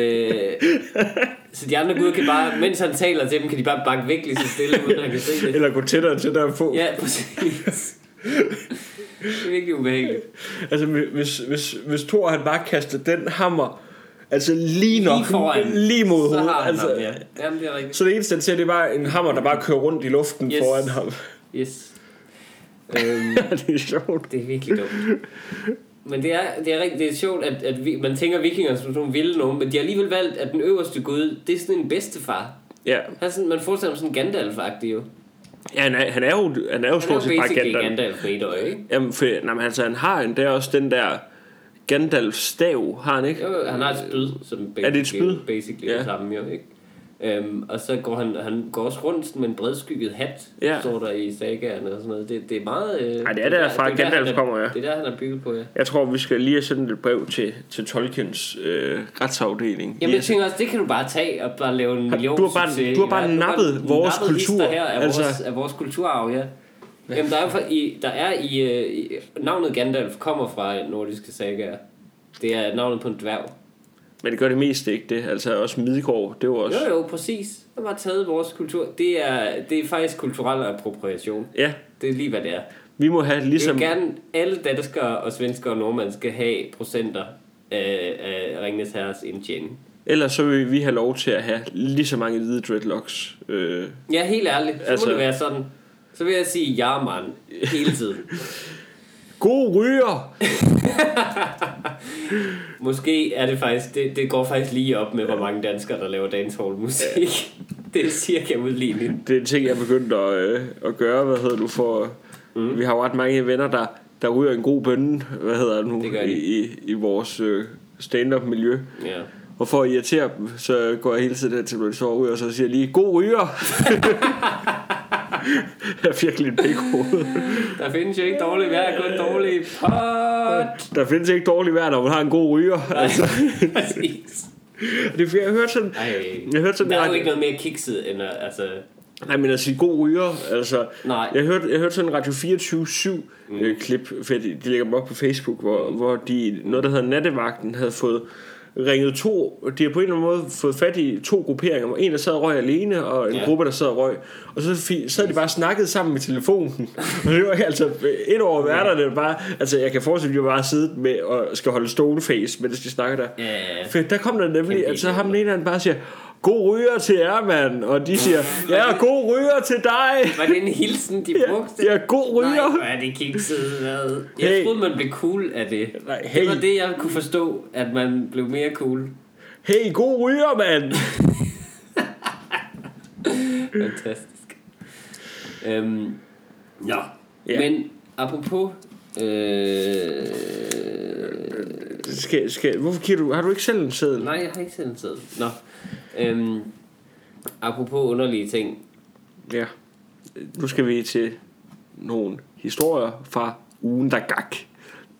[SPEAKER 2] Øh, så de andre guder kan bare, mens han taler til dem, kan de bare bakke væk lige så stille, uden at han kan se det.
[SPEAKER 1] Eller gå tættere til der på.
[SPEAKER 2] Ja, præcis. det er virkelig ubehageligt.
[SPEAKER 1] Altså, hvis, hvis, hvis Thor han bare kaster den hammer, altså lige nok,
[SPEAKER 2] foran.
[SPEAKER 1] lige mod
[SPEAKER 2] Så
[SPEAKER 1] hovedet.
[SPEAKER 2] har han
[SPEAKER 1] altså,
[SPEAKER 2] ham, ja. Jamen, det er rigtigt.
[SPEAKER 1] Så det eneste, han ser, det er bare en hammer, der bare kører rundt i luften
[SPEAKER 2] Yes.
[SPEAKER 1] yes. foran ham.
[SPEAKER 2] Yes. øhm,
[SPEAKER 1] det er sjovt.
[SPEAKER 2] det er virkelig dumt. Men det er, det er, rigtig, det er sjovt, at, at vi, man tænker vikinger som sådan nogle vilde nogen, men de har alligevel valgt, at den øverste gud, det er sådan en bedstefar.
[SPEAKER 1] Ja,
[SPEAKER 2] Han er sådan, man forestiller ham sådan Gandalf-agtig jo.
[SPEAKER 1] ja han, er, han er jo, han er jo
[SPEAKER 2] Han er jo
[SPEAKER 1] stort set bare
[SPEAKER 2] basically
[SPEAKER 1] Gandalf.
[SPEAKER 2] Gandalf med et øje, ikke?
[SPEAKER 1] Jamen, for, nej, men altså, han har en, det er også den der Gandalf-stav, har han ikke?
[SPEAKER 2] Jo, jo, han har et spyd, som
[SPEAKER 1] Er det et spyd?
[SPEAKER 2] basically
[SPEAKER 1] Ja.
[SPEAKER 2] det samme jo, ikke? Øhm, og så går han, han går også rundt sådan med en bredskygget hat,
[SPEAKER 1] Ja.
[SPEAKER 2] står der i sagaerne og sådan noget. Det, det er meget... Øh,
[SPEAKER 1] Ej, det er derfra,
[SPEAKER 2] det er han
[SPEAKER 1] Gandalf
[SPEAKER 2] er-
[SPEAKER 1] kommer, ja.
[SPEAKER 2] Det er der, han er bygget på, ja.
[SPEAKER 1] Jeg tror, vi skal lige have sendt et brev til, til Tolkiens øh, retsafdeling.
[SPEAKER 2] Jamen,
[SPEAKER 1] Lige
[SPEAKER 2] jeg tænker også, det kan du bare tage og bare lave en million
[SPEAKER 1] du har bare-
[SPEAKER 2] succes,
[SPEAKER 1] du har bare
[SPEAKER 2] ikke?
[SPEAKER 1] nappet vores
[SPEAKER 2] hister
[SPEAKER 1] kultur,
[SPEAKER 2] her af, altså...
[SPEAKER 1] altså.
[SPEAKER 2] vores, af vores kulturarv, ja. Jamen, der er, for, i, der er i, øh, i... Navnet Gandalf kommer fra nordiske sagaer. Det er navnet på en dværg.
[SPEAKER 1] at- Men det gør det meste ikke det. Altså også Midgård, det var også...
[SPEAKER 2] Jo, jo, præcis. Det var taget vores kultur. Det er, det er faktisk kulturel appropriation.
[SPEAKER 1] Ja,
[SPEAKER 2] Det er lige, hvad det er.
[SPEAKER 1] vi må have
[SPEAKER 2] Jeg
[SPEAKER 1] ligesom...
[SPEAKER 2] vil gerne, alle danskere og svenskere og nordmænd skal have procenter af, af Ringnes Herres indtjening.
[SPEAKER 1] Ellers så vil vi have lov til at have lige så mange hvide dreadlocks. Øh,
[SPEAKER 2] Ja, helt ærligt. Så altså...
[SPEAKER 1] Altså-
[SPEAKER 2] må det være sådan. Så vil jeg sige ja, mand. Hele tiden.
[SPEAKER 1] god ryger!
[SPEAKER 2] Måske er det faktisk... Det, det går faktisk lige op med, hvor mange danskere, der laver dancehall-musik. Det er cirka udlignet.
[SPEAKER 1] Det er en ting, jeg er begyndt at, øh, at gøre, hvad hedder du, for mm. vi har jo ret mange venner, der, der ryger en god bønne, hvad hedder det nu,
[SPEAKER 2] Det gør de.
[SPEAKER 1] i, i, i vores øh, stand-up-miljø.
[SPEAKER 2] Ja.
[SPEAKER 1] Og for at irritere dem, så går jeg hele tiden hen til, når de så ryger, og så siger jeg lige, god ryger! jeg er virkelig en pæk hoved.
[SPEAKER 2] Der findes jo ikke dårlig vejr, kun dårlig pot.
[SPEAKER 1] Der findes ikke dårligt vejr, når man har en god ryger. Altså,
[SPEAKER 2] Præcis.
[SPEAKER 1] det er, fordi jeg hørte sådan...
[SPEAKER 2] Ej.
[SPEAKER 1] Jeg hørte sådan
[SPEAKER 2] Der er
[SPEAKER 1] ret-
[SPEAKER 2] jo ikke noget mere kikset end at, altså...
[SPEAKER 1] Nej, men altså, god ryger, altså...
[SPEAKER 2] Nej.
[SPEAKER 1] Jeg hørte, jeg hørte sådan en Radio 24-7 mm. øh, klip, for de, de lægger dem op på Facebook, hvor, hvor de, noget der hedder Nattevagten, havde fået ringet to, de har på en eller anden måde fået fat i to grupperinger, hvor en der sad og røg alene, og en
[SPEAKER 2] Ja.
[SPEAKER 1] ja. gruppe der sad og røg, og så fi- sad de bare og snakkede sammen i telefonen, og det var altså et over værterne, der bare, altså jeg kan forestille, at de bare siddet med og skal holde stone face, mens de snakker der.
[SPEAKER 2] Ja, ja, ja.
[SPEAKER 1] For der kom der nemlig,
[SPEAKER 2] Kæmpe
[SPEAKER 1] at så ham den ene han bare siger, god ryger til jer, mand. Og de siger, ja, god ryger til dig.
[SPEAKER 2] Var det en hilsen, de brugte?
[SPEAKER 1] Ja, god
[SPEAKER 2] Nej, hvor
[SPEAKER 1] ryger.
[SPEAKER 2] er det kikset hvad? Jeg hey.
[SPEAKER 1] Hey.
[SPEAKER 2] troede, man blev cool af det.
[SPEAKER 1] Nej,
[SPEAKER 2] Det var
[SPEAKER 1] hey.
[SPEAKER 2] det, jeg kunne forstå, at man blev mere cool.
[SPEAKER 1] Hey, god ryger, mand.
[SPEAKER 2] Fantastisk. Øhm, ja.
[SPEAKER 1] Ja.
[SPEAKER 2] Men apropos... Øh,
[SPEAKER 1] Skal, skal, hvorfor kigger du? Har du ikke selv en seddel?
[SPEAKER 2] nej, jeg har ikke selv en tid. Nå. Øhm, apropos underlige ting.
[SPEAKER 1] Ja. Nu skal vi til nogle historier fra ugen, der gak.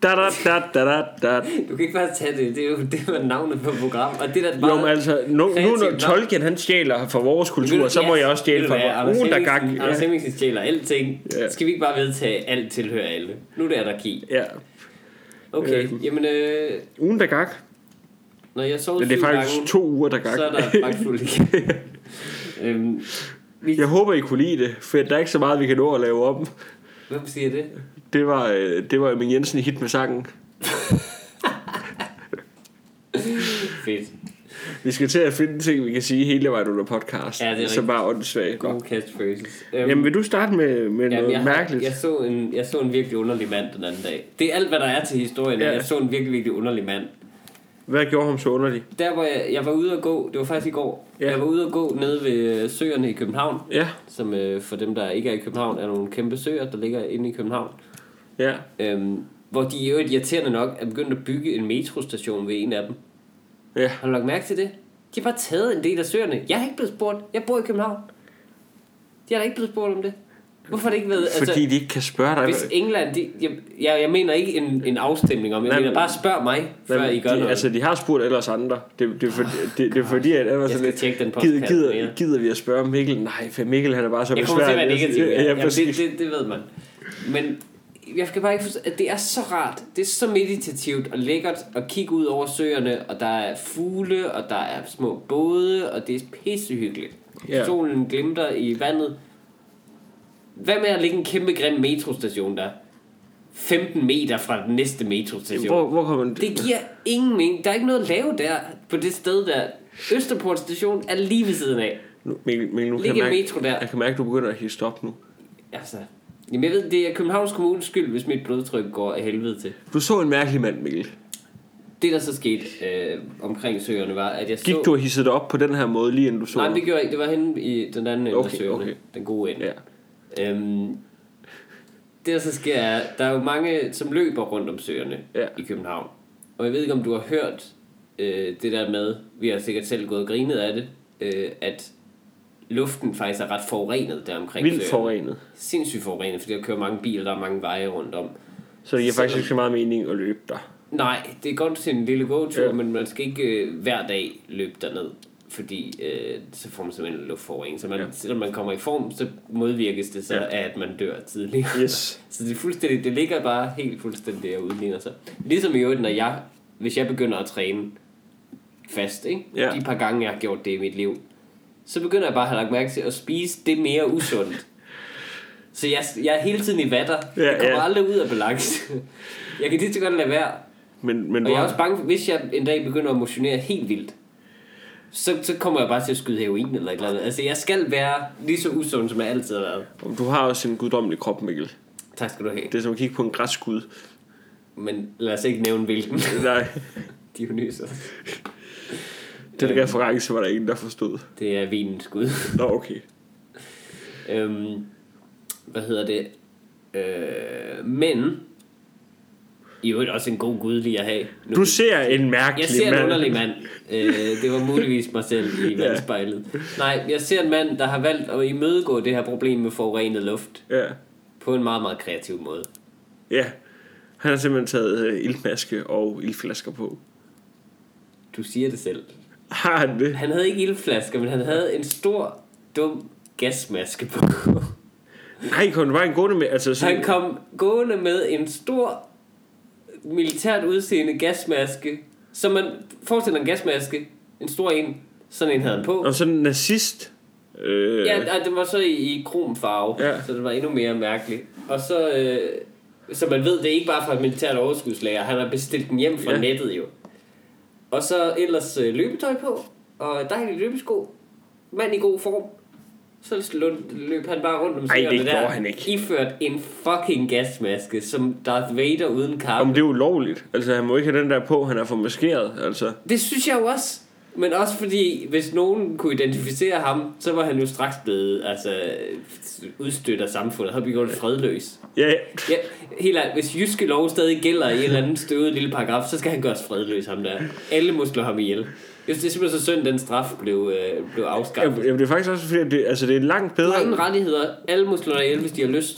[SPEAKER 1] Da, da, da, da, da, da.
[SPEAKER 2] Du kan ikke bare tage det. Det er jo det var navnet på program. Og det er da bare...
[SPEAKER 1] Jo, men altså, nu, nu
[SPEAKER 2] Kreativt
[SPEAKER 1] når
[SPEAKER 2] nok.
[SPEAKER 1] Tolkien han stjæler fra vores
[SPEAKER 2] Ved
[SPEAKER 1] kultur,
[SPEAKER 2] du-
[SPEAKER 1] så må
[SPEAKER 2] ja,
[SPEAKER 1] jeg også stjæle
[SPEAKER 2] ved du hvad,
[SPEAKER 1] fra
[SPEAKER 2] Anders
[SPEAKER 1] ugen, der gak.
[SPEAKER 2] Hemmingsen- Anders
[SPEAKER 1] Ja.
[SPEAKER 2] Hemmingsen stjæler alting.
[SPEAKER 1] Ja.
[SPEAKER 2] Skal vi ikke bare vedtage, at alt tilhører alle? Nu er det anarki.
[SPEAKER 1] Ja,
[SPEAKER 2] Okay, jamen, øh,
[SPEAKER 1] ugen, der gak.
[SPEAKER 2] når jeg sov
[SPEAKER 1] Men det
[SPEAKER 2] syv
[SPEAKER 1] er
[SPEAKER 2] gange,
[SPEAKER 1] faktisk to uger, der
[SPEAKER 2] så er
[SPEAKER 1] gak.
[SPEAKER 2] der pragtfuldt igen. øhm,
[SPEAKER 1] Jeg håber, I kunne lide det, for der er ikke så meget, vi kan nå at lave om.
[SPEAKER 2] hvem siger det?
[SPEAKER 1] Det var, øh, det var Emil Jensen i hit med sangen.
[SPEAKER 2] Fedt.
[SPEAKER 1] Vi skal til at finde ting, vi kan sige hele vejen under podcast.
[SPEAKER 2] Ja, det er rigtigt.
[SPEAKER 1] så bare åndssvagt.
[SPEAKER 2] Gode catchphrases. Øhm,
[SPEAKER 1] Jamen, vil du starte med, med
[SPEAKER 2] jamen,
[SPEAKER 1] noget
[SPEAKER 2] jeg, har,
[SPEAKER 1] mærkeligt?
[SPEAKER 2] jeg, så en, jeg så en virkelig underlig mand den anden dag. Det er alt, hvad der er til historien. Ja.
[SPEAKER 1] Ja.
[SPEAKER 2] Jeg så en virkelig, virkelig underlig mand.
[SPEAKER 1] Hvad gjorde ham så underligt?
[SPEAKER 2] Der, hvor jeg, jeg var ude at gå, det var faktisk i går. Ja.
[SPEAKER 1] Ja.
[SPEAKER 2] Jeg var ude at gå nede ved øh, søerne i København.
[SPEAKER 1] Ja,
[SPEAKER 2] som øh, for dem, der ikke er i København, er nogle kæmpe søer, der ligger inde i København.
[SPEAKER 1] ja.
[SPEAKER 2] Øhm, hvor de i øvrigt irriterende nok er begyndt at bygge en metrostation ved en af dem.
[SPEAKER 1] Ja,
[SPEAKER 2] Har du lagt mærke til det? De har bare taget en del af søerne. Jeg er ikke blevet spurgt. Jeg bor i København. De har da ikke blevet spurgt om det. Hvorfor har det ikke været...
[SPEAKER 1] fordi de ikke kan spørge dig.
[SPEAKER 2] Altså, hvis England... De, jeg, jeg, jeg mener ikke en, en afstemning om... Jeg
[SPEAKER 1] Nej,
[SPEAKER 2] mener
[SPEAKER 1] men-
[SPEAKER 2] bare spørg mig, før
[SPEAKER 1] Jamen,
[SPEAKER 2] I gør
[SPEAKER 1] de,
[SPEAKER 2] noget. Ah,
[SPEAKER 1] Altså, de har spurgt ellers andre. Det, det, er, for, det, det er fordi, at ellers
[SPEAKER 2] Jeg skal tjekke den podcast
[SPEAKER 1] gider, gider,
[SPEAKER 2] mere.
[SPEAKER 1] gider vi at spørge Mikkel? Nej, for Mikkel han er bare så
[SPEAKER 2] Jeg kommer til at være
[SPEAKER 1] besværlig.
[SPEAKER 2] negativ. Ja,
[SPEAKER 1] Ja,
[SPEAKER 2] Jamen,
[SPEAKER 1] præcis.
[SPEAKER 2] det, det, det ved man. Men jeg kan bare ikke forstå, at det er så rart. Det er så meditativt og lækkert at kigge ud over søerne, og der er fugle, og der er små både, og det er pissehyggeligt.
[SPEAKER 1] Ja.
[SPEAKER 2] Solen glimter i vandet. Hvad med at ligge en kæmpe grim metrostation der? 15 meter fra den næste metrostation.
[SPEAKER 1] Hvor, hvor kommer
[SPEAKER 2] Det giver ingen mening. Der er ikke noget at lave der, på det sted der. Østerport station er lige ved siden af.
[SPEAKER 1] Nu, Mikkel, Mikkel, nu kan jeg
[SPEAKER 2] Ligge
[SPEAKER 1] mærke,
[SPEAKER 2] metro der.
[SPEAKER 1] jeg kan mærke, at du begynder at hisse op nu.
[SPEAKER 2] Altså, jamen jeg ved, det er Københavns Kommunes skyld, hvis mit blodtryk går af helvede til.
[SPEAKER 1] Du så en mærkelig mand, Mikkel.
[SPEAKER 2] Det, der så skete øh, omkring søerne, var, at jeg
[SPEAKER 1] Gik
[SPEAKER 2] så...
[SPEAKER 1] du og hissede dig op på den her måde, lige inden du så
[SPEAKER 2] Nej,
[SPEAKER 1] ham?
[SPEAKER 2] det gjorde jeg ikke. Det var henne i den anden ende okay, af
[SPEAKER 1] Okay,
[SPEAKER 2] søerne. Okay.
[SPEAKER 1] okay.
[SPEAKER 2] Den gode ende.
[SPEAKER 1] Ja.
[SPEAKER 2] Ja. Øhm, det, der så sker, er, der er jo mange, som løber rundt om søerne
[SPEAKER 1] Ja.
[SPEAKER 2] i København. Og jeg ved ikke, om du har hørt øh, det der med, vi har sikkert selv gået og grinet af det, øh, at luften faktisk er ret forurenet der omkring
[SPEAKER 1] Vildt forurenet.
[SPEAKER 2] Sindssygt forurenet, fordi der kører mange biler, der er mange veje rundt om.
[SPEAKER 1] Så det giver
[SPEAKER 2] Selvom-
[SPEAKER 1] faktisk ikke så meget mening at løbe der.
[SPEAKER 2] Nej, det er godt til en lille gåtur, ja.
[SPEAKER 1] Ja.
[SPEAKER 2] men man skal ikke øh, hver dag løbe derned, fordi øh, så får man simpelthen luftforurening. Så man, ja.
[SPEAKER 1] Ja.
[SPEAKER 2] selvom man kommer i form, så modvirkes det så ja.
[SPEAKER 1] Ja.
[SPEAKER 2] af, at man dør tidligere.
[SPEAKER 1] Yes.
[SPEAKER 2] Så det, er fuldstændig, det ligger bare helt fuldstændig og udligner sig. Ligesom i øvrigt, når jeg, hvis jeg begynder at træne fast, ikke?
[SPEAKER 1] Ja.
[SPEAKER 2] de par gange, jeg har gjort det i mit liv, så begynder jeg bare at have lagt mærke til at spise det mere usundt. Så jeg, jeg er hele tiden i vatter. Ja,
[SPEAKER 1] Ja,
[SPEAKER 2] jeg kommer
[SPEAKER 1] ja.
[SPEAKER 2] aldrig ud af balance. Jeg kan lige så godt lade være.
[SPEAKER 1] Men, men du
[SPEAKER 2] Og jeg er
[SPEAKER 1] har-
[SPEAKER 2] også bange, for, hvis jeg en dag begynder at motionere helt vildt, så, så kommer jeg bare til at skyde heroin eller et eller andet. Altså, jeg skal være lige så usund, som jeg altid har været.
[SPEAKER 1] Du har også en guddommelig krop, Mikkel.
[SPEAKER 2] Tak skal du have.
[SPEAKER 1] Det er som at kigge på en græskud.
[SPEAKER 2] Men lad os ikke nævne hvilken.
[SPEAKER 1] Nej,
[SPEAKER 2] Dionysos.
[SPEAKER 1] det er en reference, var der ingen, der forstod.
[SPEAKER 2] Det er vinens gud.
[SPEAKER 1] Nå, okay.
[SPEAKER 2] Øhm, hvad hedder det? Øh, men... I øvrigt også en god gud lige at have. Nu,
[SPEAKER 1] Du ser en mærkelig
[SPEAKER 2] jeg ser en
[SPEAKER 1] mand.
[SPEAKER 2] underlig mand. Øh, det var muligvis mig selv i
[SPEAKER 1] Ja.
[SPEAKER 2] vandspejlet. Nej, jeg ser en mand, der har valgt at imødegå det her problem med forurenet luft
[SPEAKER 1] Ja.
[SPEAKER 2] på en meget, meget kreativ måde.
[SPEAKER 1] ja. Han har simpelthen taget øh, ildmaske og ildflasker på.
[SPEAKER 2] Du siger det selv.
[SPEAKER 1] Har han det?
[SPEAKER 2] Han havde ikke ildflasker, men han havde en stor, dum gasmaske på.
[SPEAKER 1] Nej, kom, det var en gående med. Altså,
[SPEAKER 2] Så
[SPEAKER 1] sådan,
[SPEAKER 2] han kom gående med en stor, militært udseende gasmaske. Så man forestiller en gasmaske, en stor en, sådan en havde han på.
[SPEAKER 1] Og sådan en nazist. Øh,
[SPEAKER 2] Ja, og den var så i, i kromfarve,
[SPEAKER 1] Ja.
[SPEAKER 2] ja. så det var endnu mere mærkeligt. Og så, øh, så man ved, det er ikke bare fra et militært overskudslager, han har bestilt den hjem fra
[SPEAKER 1] Ja.
[SPEAKER 2] ja. nettet jo. Og så ellers øh, løbetøj på, og dejlige løbesko, mand i god form. Så lund- løb han bare rundt om
[SPEAKER 1] Ej, det
[SPEAKER 2] søerne
[SPEAKER 1] gjorde han ikke.
[SPEAKER 2] Iført en fucking gasmaske, som Darth Vader uden kappe.
[SPEAKER 1] Om det er ulovligt. Altså, han må ikke have den der på, han er for maskeret. Altså,
[SPEAKER 2] Det synes jeg jo også. Men også fordi, hvis nogen kunne identificere ham, så var han jo straks blevet altså, udstødt af samfundet. Han blev gjort fredløs.
[SPEAKER 1] ja,
[SPEAKER 2] Ja, helt ærligt, hvis jyske lov stadig gælder i en eller anden støvet lille paragraf, så skal han gøres fredløs, ham der. Alle må slå ham ihjel. Jeg synes, det er simpelthen så synd, den straf blev, øh, blev
[SPEAKER 1] ja,
[SPEAKER 2] afskaffet.
[SPEAKER 1] det er faktisk også fordi, at det, altså, det er langt bedre.
[SPEAKER 2] Ingen rettigheder. Alle må slå dig ihjel, hvis de har lyst.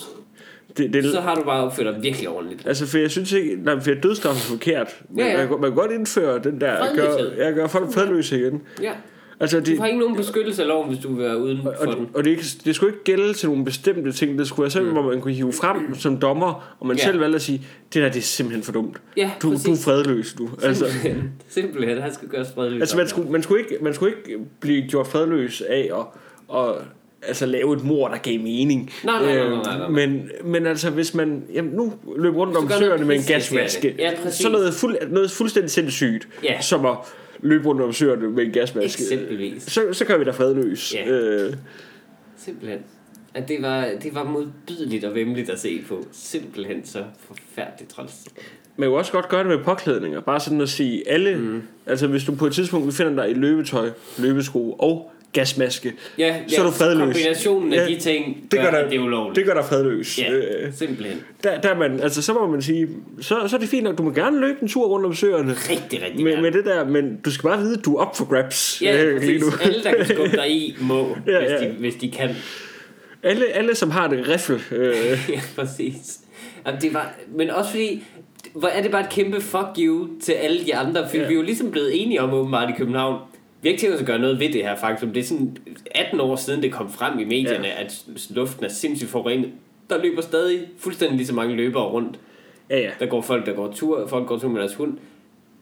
[SPEAKER 1] Det, det,
[SPEAKER 2] Så har du bare opført dig virkelig ordentligt.
[SPEAKER 1] Altså, for jeg synes ikke, nej, for dødsstraf er forkert. Men
[SPEAKER 2] Ja, ja.
[SPEAKER 1] Man, kan- man kan godt indføre den der, gør,
[SPEAKER 2] Fredløshed.
[SPEAKER 1] jeg gør folk fredløse igen.
[SPEAKER 2] Ja.
[SPEAKER 1] Altså,
[SPEAKER 2] Du
[SPEAKER 1] det,
[SPEAKER 2] har ikke nogen beskyttelse af loven, hvis du vil være uden
[SPEAKER 1] og,
[SPEAKER 2] for den.
[SPEAKER 1] og det, er ikke- det skulle ikke gælde til nogle bestemte ting. Det skulle være sådan, mm. hvor man kunne hive frem som dommer, og man
[SPEAKER 2] Ja.
[SPEAKER 1] selv valgte at sige, det der, det er simpelthen for dumt.
[SPEAKER 2] Ja,
[SPEAKER 1] du, du er
[SPEAKER 2] præcis.
[SPEAKER 1] fredløs, du. Altså,
[SPEAKER 2] Simpelthen, han skal gøres fredløs.
[SPEAKER 1] altså
[SPEAKER 2] ham
[SPEAKER 1] man,
[SPEAKER 2] der.
[SPEAKER 1] skulle, man, skulle ikke, man skulle ikke blive gjort fredløs af at, og, altså, lave et mor, der gav mening.
[SPEAKER 2] Nej, nej, nej,
[SPEAKER 1] Øh,
[SPEAKER 2] nej, nej, nej.
[SPEAKER 1] Men, men altså, hvis man jamen, nu løb rundt om
[SPEAKER 2] gør noget
[SPEAKER 1] søerne med en
[SPEAKER 2] præcis,
[SPEAKER 1] gasmaske,
[SPEAKER 2] ja, præcis.
[SPEAKER 1] så noget, fuld, noget fuldstændig sindssygt,
[SPEAKER 2] Ja.
[SPEAKER 1] som at løbe rundt om søerne med en gasmaske,
[SPEAKER 2] Eksempelvis.
[SPEAKER 1] så, så gør vi dig fredløs.
[SPEAKER 2] Ja.
[SPEAKER 1] Øh,
[SPEAKER 2] Simpelthen. At det var, det var modbydeligt og vemmeligt at se på. Simpelthen så forfærdeligt træls.
[SPEAKER 1] Man kan jo også godt gøre det med påklædninger. Bare sådan at sige, alle... Mm. Altså, hvis du på et tidspunkt finder dig i løbetøj, løbesko og gasmaske,
[SPEAKER 2] Ja,
[SPEAKER 1] så er du fredløs.
[SPEAKER 2] Kombinationen af
[SPEAKER 1] Ja,
[SPEAKER 2] de ting
[SPEAKER 1] det gør,
[SPEAKER 2] at
[SPEAKER 1] dig,
[SPEAKER 2] det er ulovligt.
[SPEAKER 1] det gør dig fredløs.
[SPEAKER 2] ja,
[SPEAKER 1] Øh,
[SPEAKER 2] simpelthen.
[SPEAKER 1] der, der er man, altså, så må man sige, så, så er det fint, at du må gerne løbe en tur rundt om søerne.
[SPEAKER 2] Rigtig, rigtig
[SPEAKER 1] Med,
[SPEAKER 2] gerne.
[SPEAKER 1] med det der, men du skal bare vide, at du er op for grabs.
[SPEAKER 2] Ja,
[SPEAKER 1] øh, lige nu.
[SPEAKER 2] præcis. Alle, der kan skubbe dig i, må,
[SPEAKER 1] Ja,
[SPEAKER 2] ja, hvis,
[SPEAKER 1] ja.
[SPEAKER 2] ja. De, hvis de kan.
[SPEAKER 1] alle, alle, som har det riffel. Øh,
[SPEAKER 2] ja, præcis. Jamen, det var, men også fordi, hvor er det bare et kæmpe fuck you til alle de andre, for
[SPEAKER 1] Ja.
[SPEAKER 2] ja. vi er jo ligesom blevet enige om åbenbart i København, vi har ikke tænkt os at gøre noget ved det her faktum. Det er sådan 18 år siden, det kom frem i medierne,
[SPEAKER 1] Ja.
[SPEAKER 2] ja. at luften er sindssygt forurenet. Der løber stadig fuldstændig lige så mange løbere rundt.
[SPEAKER 1] ja, ja.
[SPEAKER 2] Der går folk, der går tur, folk går tur med deres hund.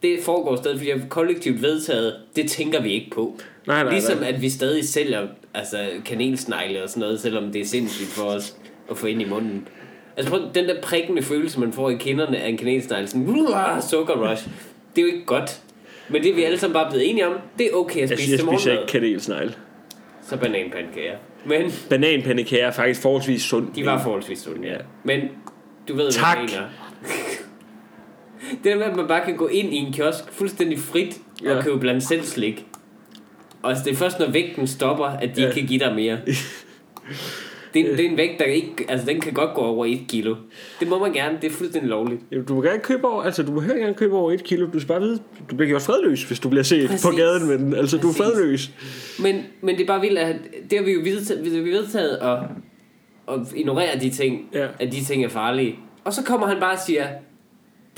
[SPEAKER 2] Det foregår stadig, fordi jeg er kollektivt vedtaget, det tænker vi ikke på.
[SPEAKER 1] Nej, nej,
[SPEAKER 2] ligesom
[SPEAKER 1] nej.
[SPEAKER 2] at vi stadig sælger altså, kanelsnegle og sådan noget, selvom det er sindssygt for os at få ind i munden. Altså prøv, den der prikkende følelse, man får i kinderne af en kanelsnegle, sådan, "Uah, sukker rush, det er jo ikke godt. Men det er vi alle sammen bare blevet enige om, det er okay at
[SPEAKER 1] Jeg,
[SPEAKER 2] spise
[SPEAKER 1] jeg
[SPEAKER 2] til
[SPEAKER 1] spiser
[SPEAKER 2] morgenmad.
[SPEAKER 1] ikke kanelsnegle.
[SPEAKER 2] Så bananpandekager. Men
[SPEAKER 1] Bananpandekager er faktisk forholdsvis sundt.
[SPEAKER 2] de var forholdsvis sunde, ja.
[SPEAKER 1] Ja.
[SPEAKER 2] Men du ved,
[SPEAKER 1] Tak.
[SPEAKER 2] hvad jeg mener. det der med, at man bare kan gå ind i en kiosk fuldstændig frit og
[SPEAKER 1] Ja.
[SPEAKER 2] ja. købe blandt selv slik. Og altså, det er først, når vægten stopper, at de
[SPEAKER 1] Ja.
[SPEAKER 2] ja. kan give dig mere. Det er, en, det er en vægt, der ikke... Altså, den kan godt gå over 1 kilo. Det må man gerne. Det er fuldstændig lovligt.
[SPEAKER 1] Jamen, Du må gerne købe over, altså du må helt gerne købe over et kilo. Du skal bare vide, du bliver gjort fredløs, hvis du bliver set Præcis. på
[SPEAKER 2] Præcis.
[SPEAKER 1] gaden med den. Altså Præcis. du er
[SPEAKER 2] Præcis.
[SPEAKER 1] fredløs.
[SPEAKER 2] Men, men det er bare vildt, at det har vi jo vedtaget, vi har vedtaget at, at ignorere de ting,
[SPEAKER 1] Ja.
[SPEAKER 2] at de ting er farlige. Og så kommer han bare og siger,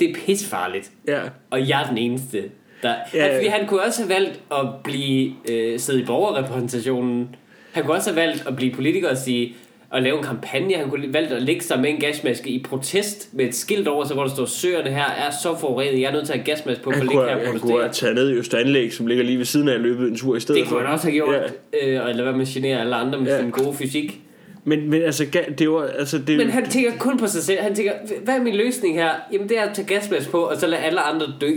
[SPEAKER 2] det er pisfarligt.
[SPEAKER 1] Ja.
[SPEAKER 2] Og jeg er den eneste. Der...
[SPEAKER 1] Ja,
[SPEAKER 2] Ja,
[SPEAKER 1] ja.
[SPEAKER 2] ja. Fordi han kunne også have valgt at blive øh, sidde i borgerrepræsentationen. Han kunne også have valgt at blive politiker og sige og lave en kampagne. Han kunne have valgt at lægge sig med en gasmaske i protest med et skilt over sig, hvor der står, søerne her er så forurenet, jeg er nødt til at have gasmaske på, for
[SPEAKER 1] Han
[SPEAKER 2] at ligge
[SPEAKER 1] kunne,
[SPEAKER 2] her og
[SPEAKER 1] han
[SPEAKER 2] protestere.
[SPEAKER 1] kunne have taget ned i Østanlæg, som ligger lige ved siden af og løbet en tur i stedet.
[SPEAKER 2] Det kunne
[SPEAKER 1] for.
[SPEAKER 2] han også have gjort,
[SPEAKER 1] Ja.
[SPEAKER 2] ja. øh, og lade være med at genere alle andre med
[SPEAKER 1] Ja.
[SPEAKER 2] ja. sin gode fysik.
[SPEAKER 1] Men, men altså, ga- det var, altså det,
[SPEAKER 2] Men han tænker kun på sig selv. Han tænker, hvad er min løsning her? Jamen det er at tage gasmask på, og så lade alle andre dø.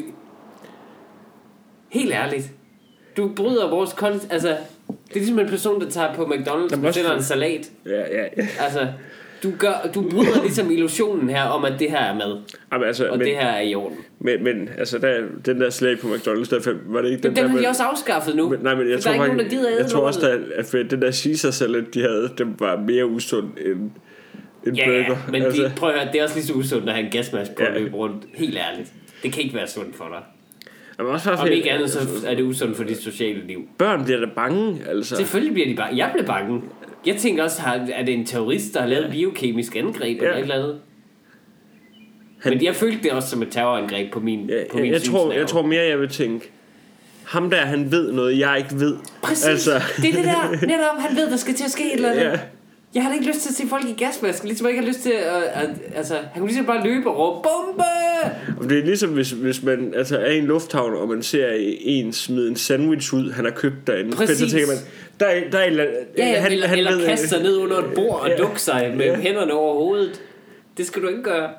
[SPEAKER 2] Helt ærligt. Du bryder vores konst... Altså, det er ligesom en person, der tager på McDonald's og
[SPEAKER 1] Jamen, også-
[SPEAKER 2] bestiller en salat.
[SPEAKER 1] Ja, ja, ja.
[SPEAKER 2] Altså, du, gør, du bryder ligesom illusionen her om, at det her er mad.
[SPEAKER 1] Jamen, altså,
[SPEAKER 2] Og
[SPEAKER 1] men,
[SPEAKER 2] det her er i orden.
[SPEAKER 1] men, men, altså, der, den der slag på McDonald's, der var det ikke den,
[SPEAKER 2] Den, den
[SPEAKER 1] der...
[SPEAKER 2] har
[SPEAKER 1] med-
[SPEAKER 2] de også afskaffet nu.
[SPEAKER 1] Men, nej, men jeg
[SPEAKER 2] For
[SPEAKER 1] tror,
[SPEAKER 2] der er ikke nogen, der
[SPEAKER 1] faktisk,
[SPEAKER 2] gider æde
[SPEAKER 1] jeg tror også,
[SPEAKER 2] lortet.
[SPEAKER 1] at, at for den der Caesar salad, de havde, den var mere usund end, end
[SPEAKER 2] Ja,
[SPEAKER 1] burger.
[SPEAKER 2] ja, men altså. de, prøv at høre, det er også lige så usundt at have en gasmask på
[SPEAKER 1] Ja.
[SPEAKER 2] at løbe rundt. Helt ærligt. Det kan ikke være sundt for dig.
[SPEAKER 1] Jamen, også bare
[SPEAKER 2] Om
[SPEAKER 1] fordi-
[SPEAKER 2] ikke andet, så er det usundt for dit sociale liv.
[SPEAKER 1] Børn bliver da bange, altså.
[SPEAKER 2] Selvfølgelig bliver de bange. Jeg blev bange. Jeg tænker også, har- er det en terrorist, der har lavet et biokemisk angreb eller
[SPEAKER 1] Ja.
[SPEAKER 2] et eller andet?
[SPEAKER 1] Han-
[SPEAKER 2] Men jeg følte det også som et terrorangreb på min,
[SPEAKER 1] Ja,
[SPEAKER 2] på
[SPEAKER 1] jeg,
[SPEAKER 2] min
[SPEAKER 1] jeg, tror,
[SPEAKER 2] synsnerve.
[SPEAKER 1] jeg tror mere, jeg vil tænke, ham der, han ved noget, jeg ikke ved.
[SPEAKER 2] Præcis,
[SPEAKER 1] Altså,
[SPEAKER 2] det er det der, netop, han ved, der skal til at ske et eller andet.
[SPEAKER 1] Ja.
[SPEAKER 2] Jeg har da ikke lyst til at se folk i gasmasker, ligesom jeg ikke har lyst til at, at, altså, han kunne ligesom bare løbe og råbe, bombe!
[SPEAKER 1] og det er ligesom, hvis, hvis man altså, er i en lufthavn, og man ser en smide en sandwich ud, han har købt derinde.
[SPEAKER 2] Præcis.
[SPEAKER 1] Så tænker man, der er, der er et eller andet.
[SPEAKER 2] Ja, ja,
[SPEAKER 1] han,
[SPEAKER 2] eller, han eller
[SPEAKER 1] ved- øh,
[SPEAKER 2] kaste sig ned under et bord og
[SPEAKER 1] Ja.
[SPEAKER 2] dukke sig med
[SPEAKER 1] Ja.
[SPEAKER 2] hænderne over hovedet. Det skal du ikke gøre.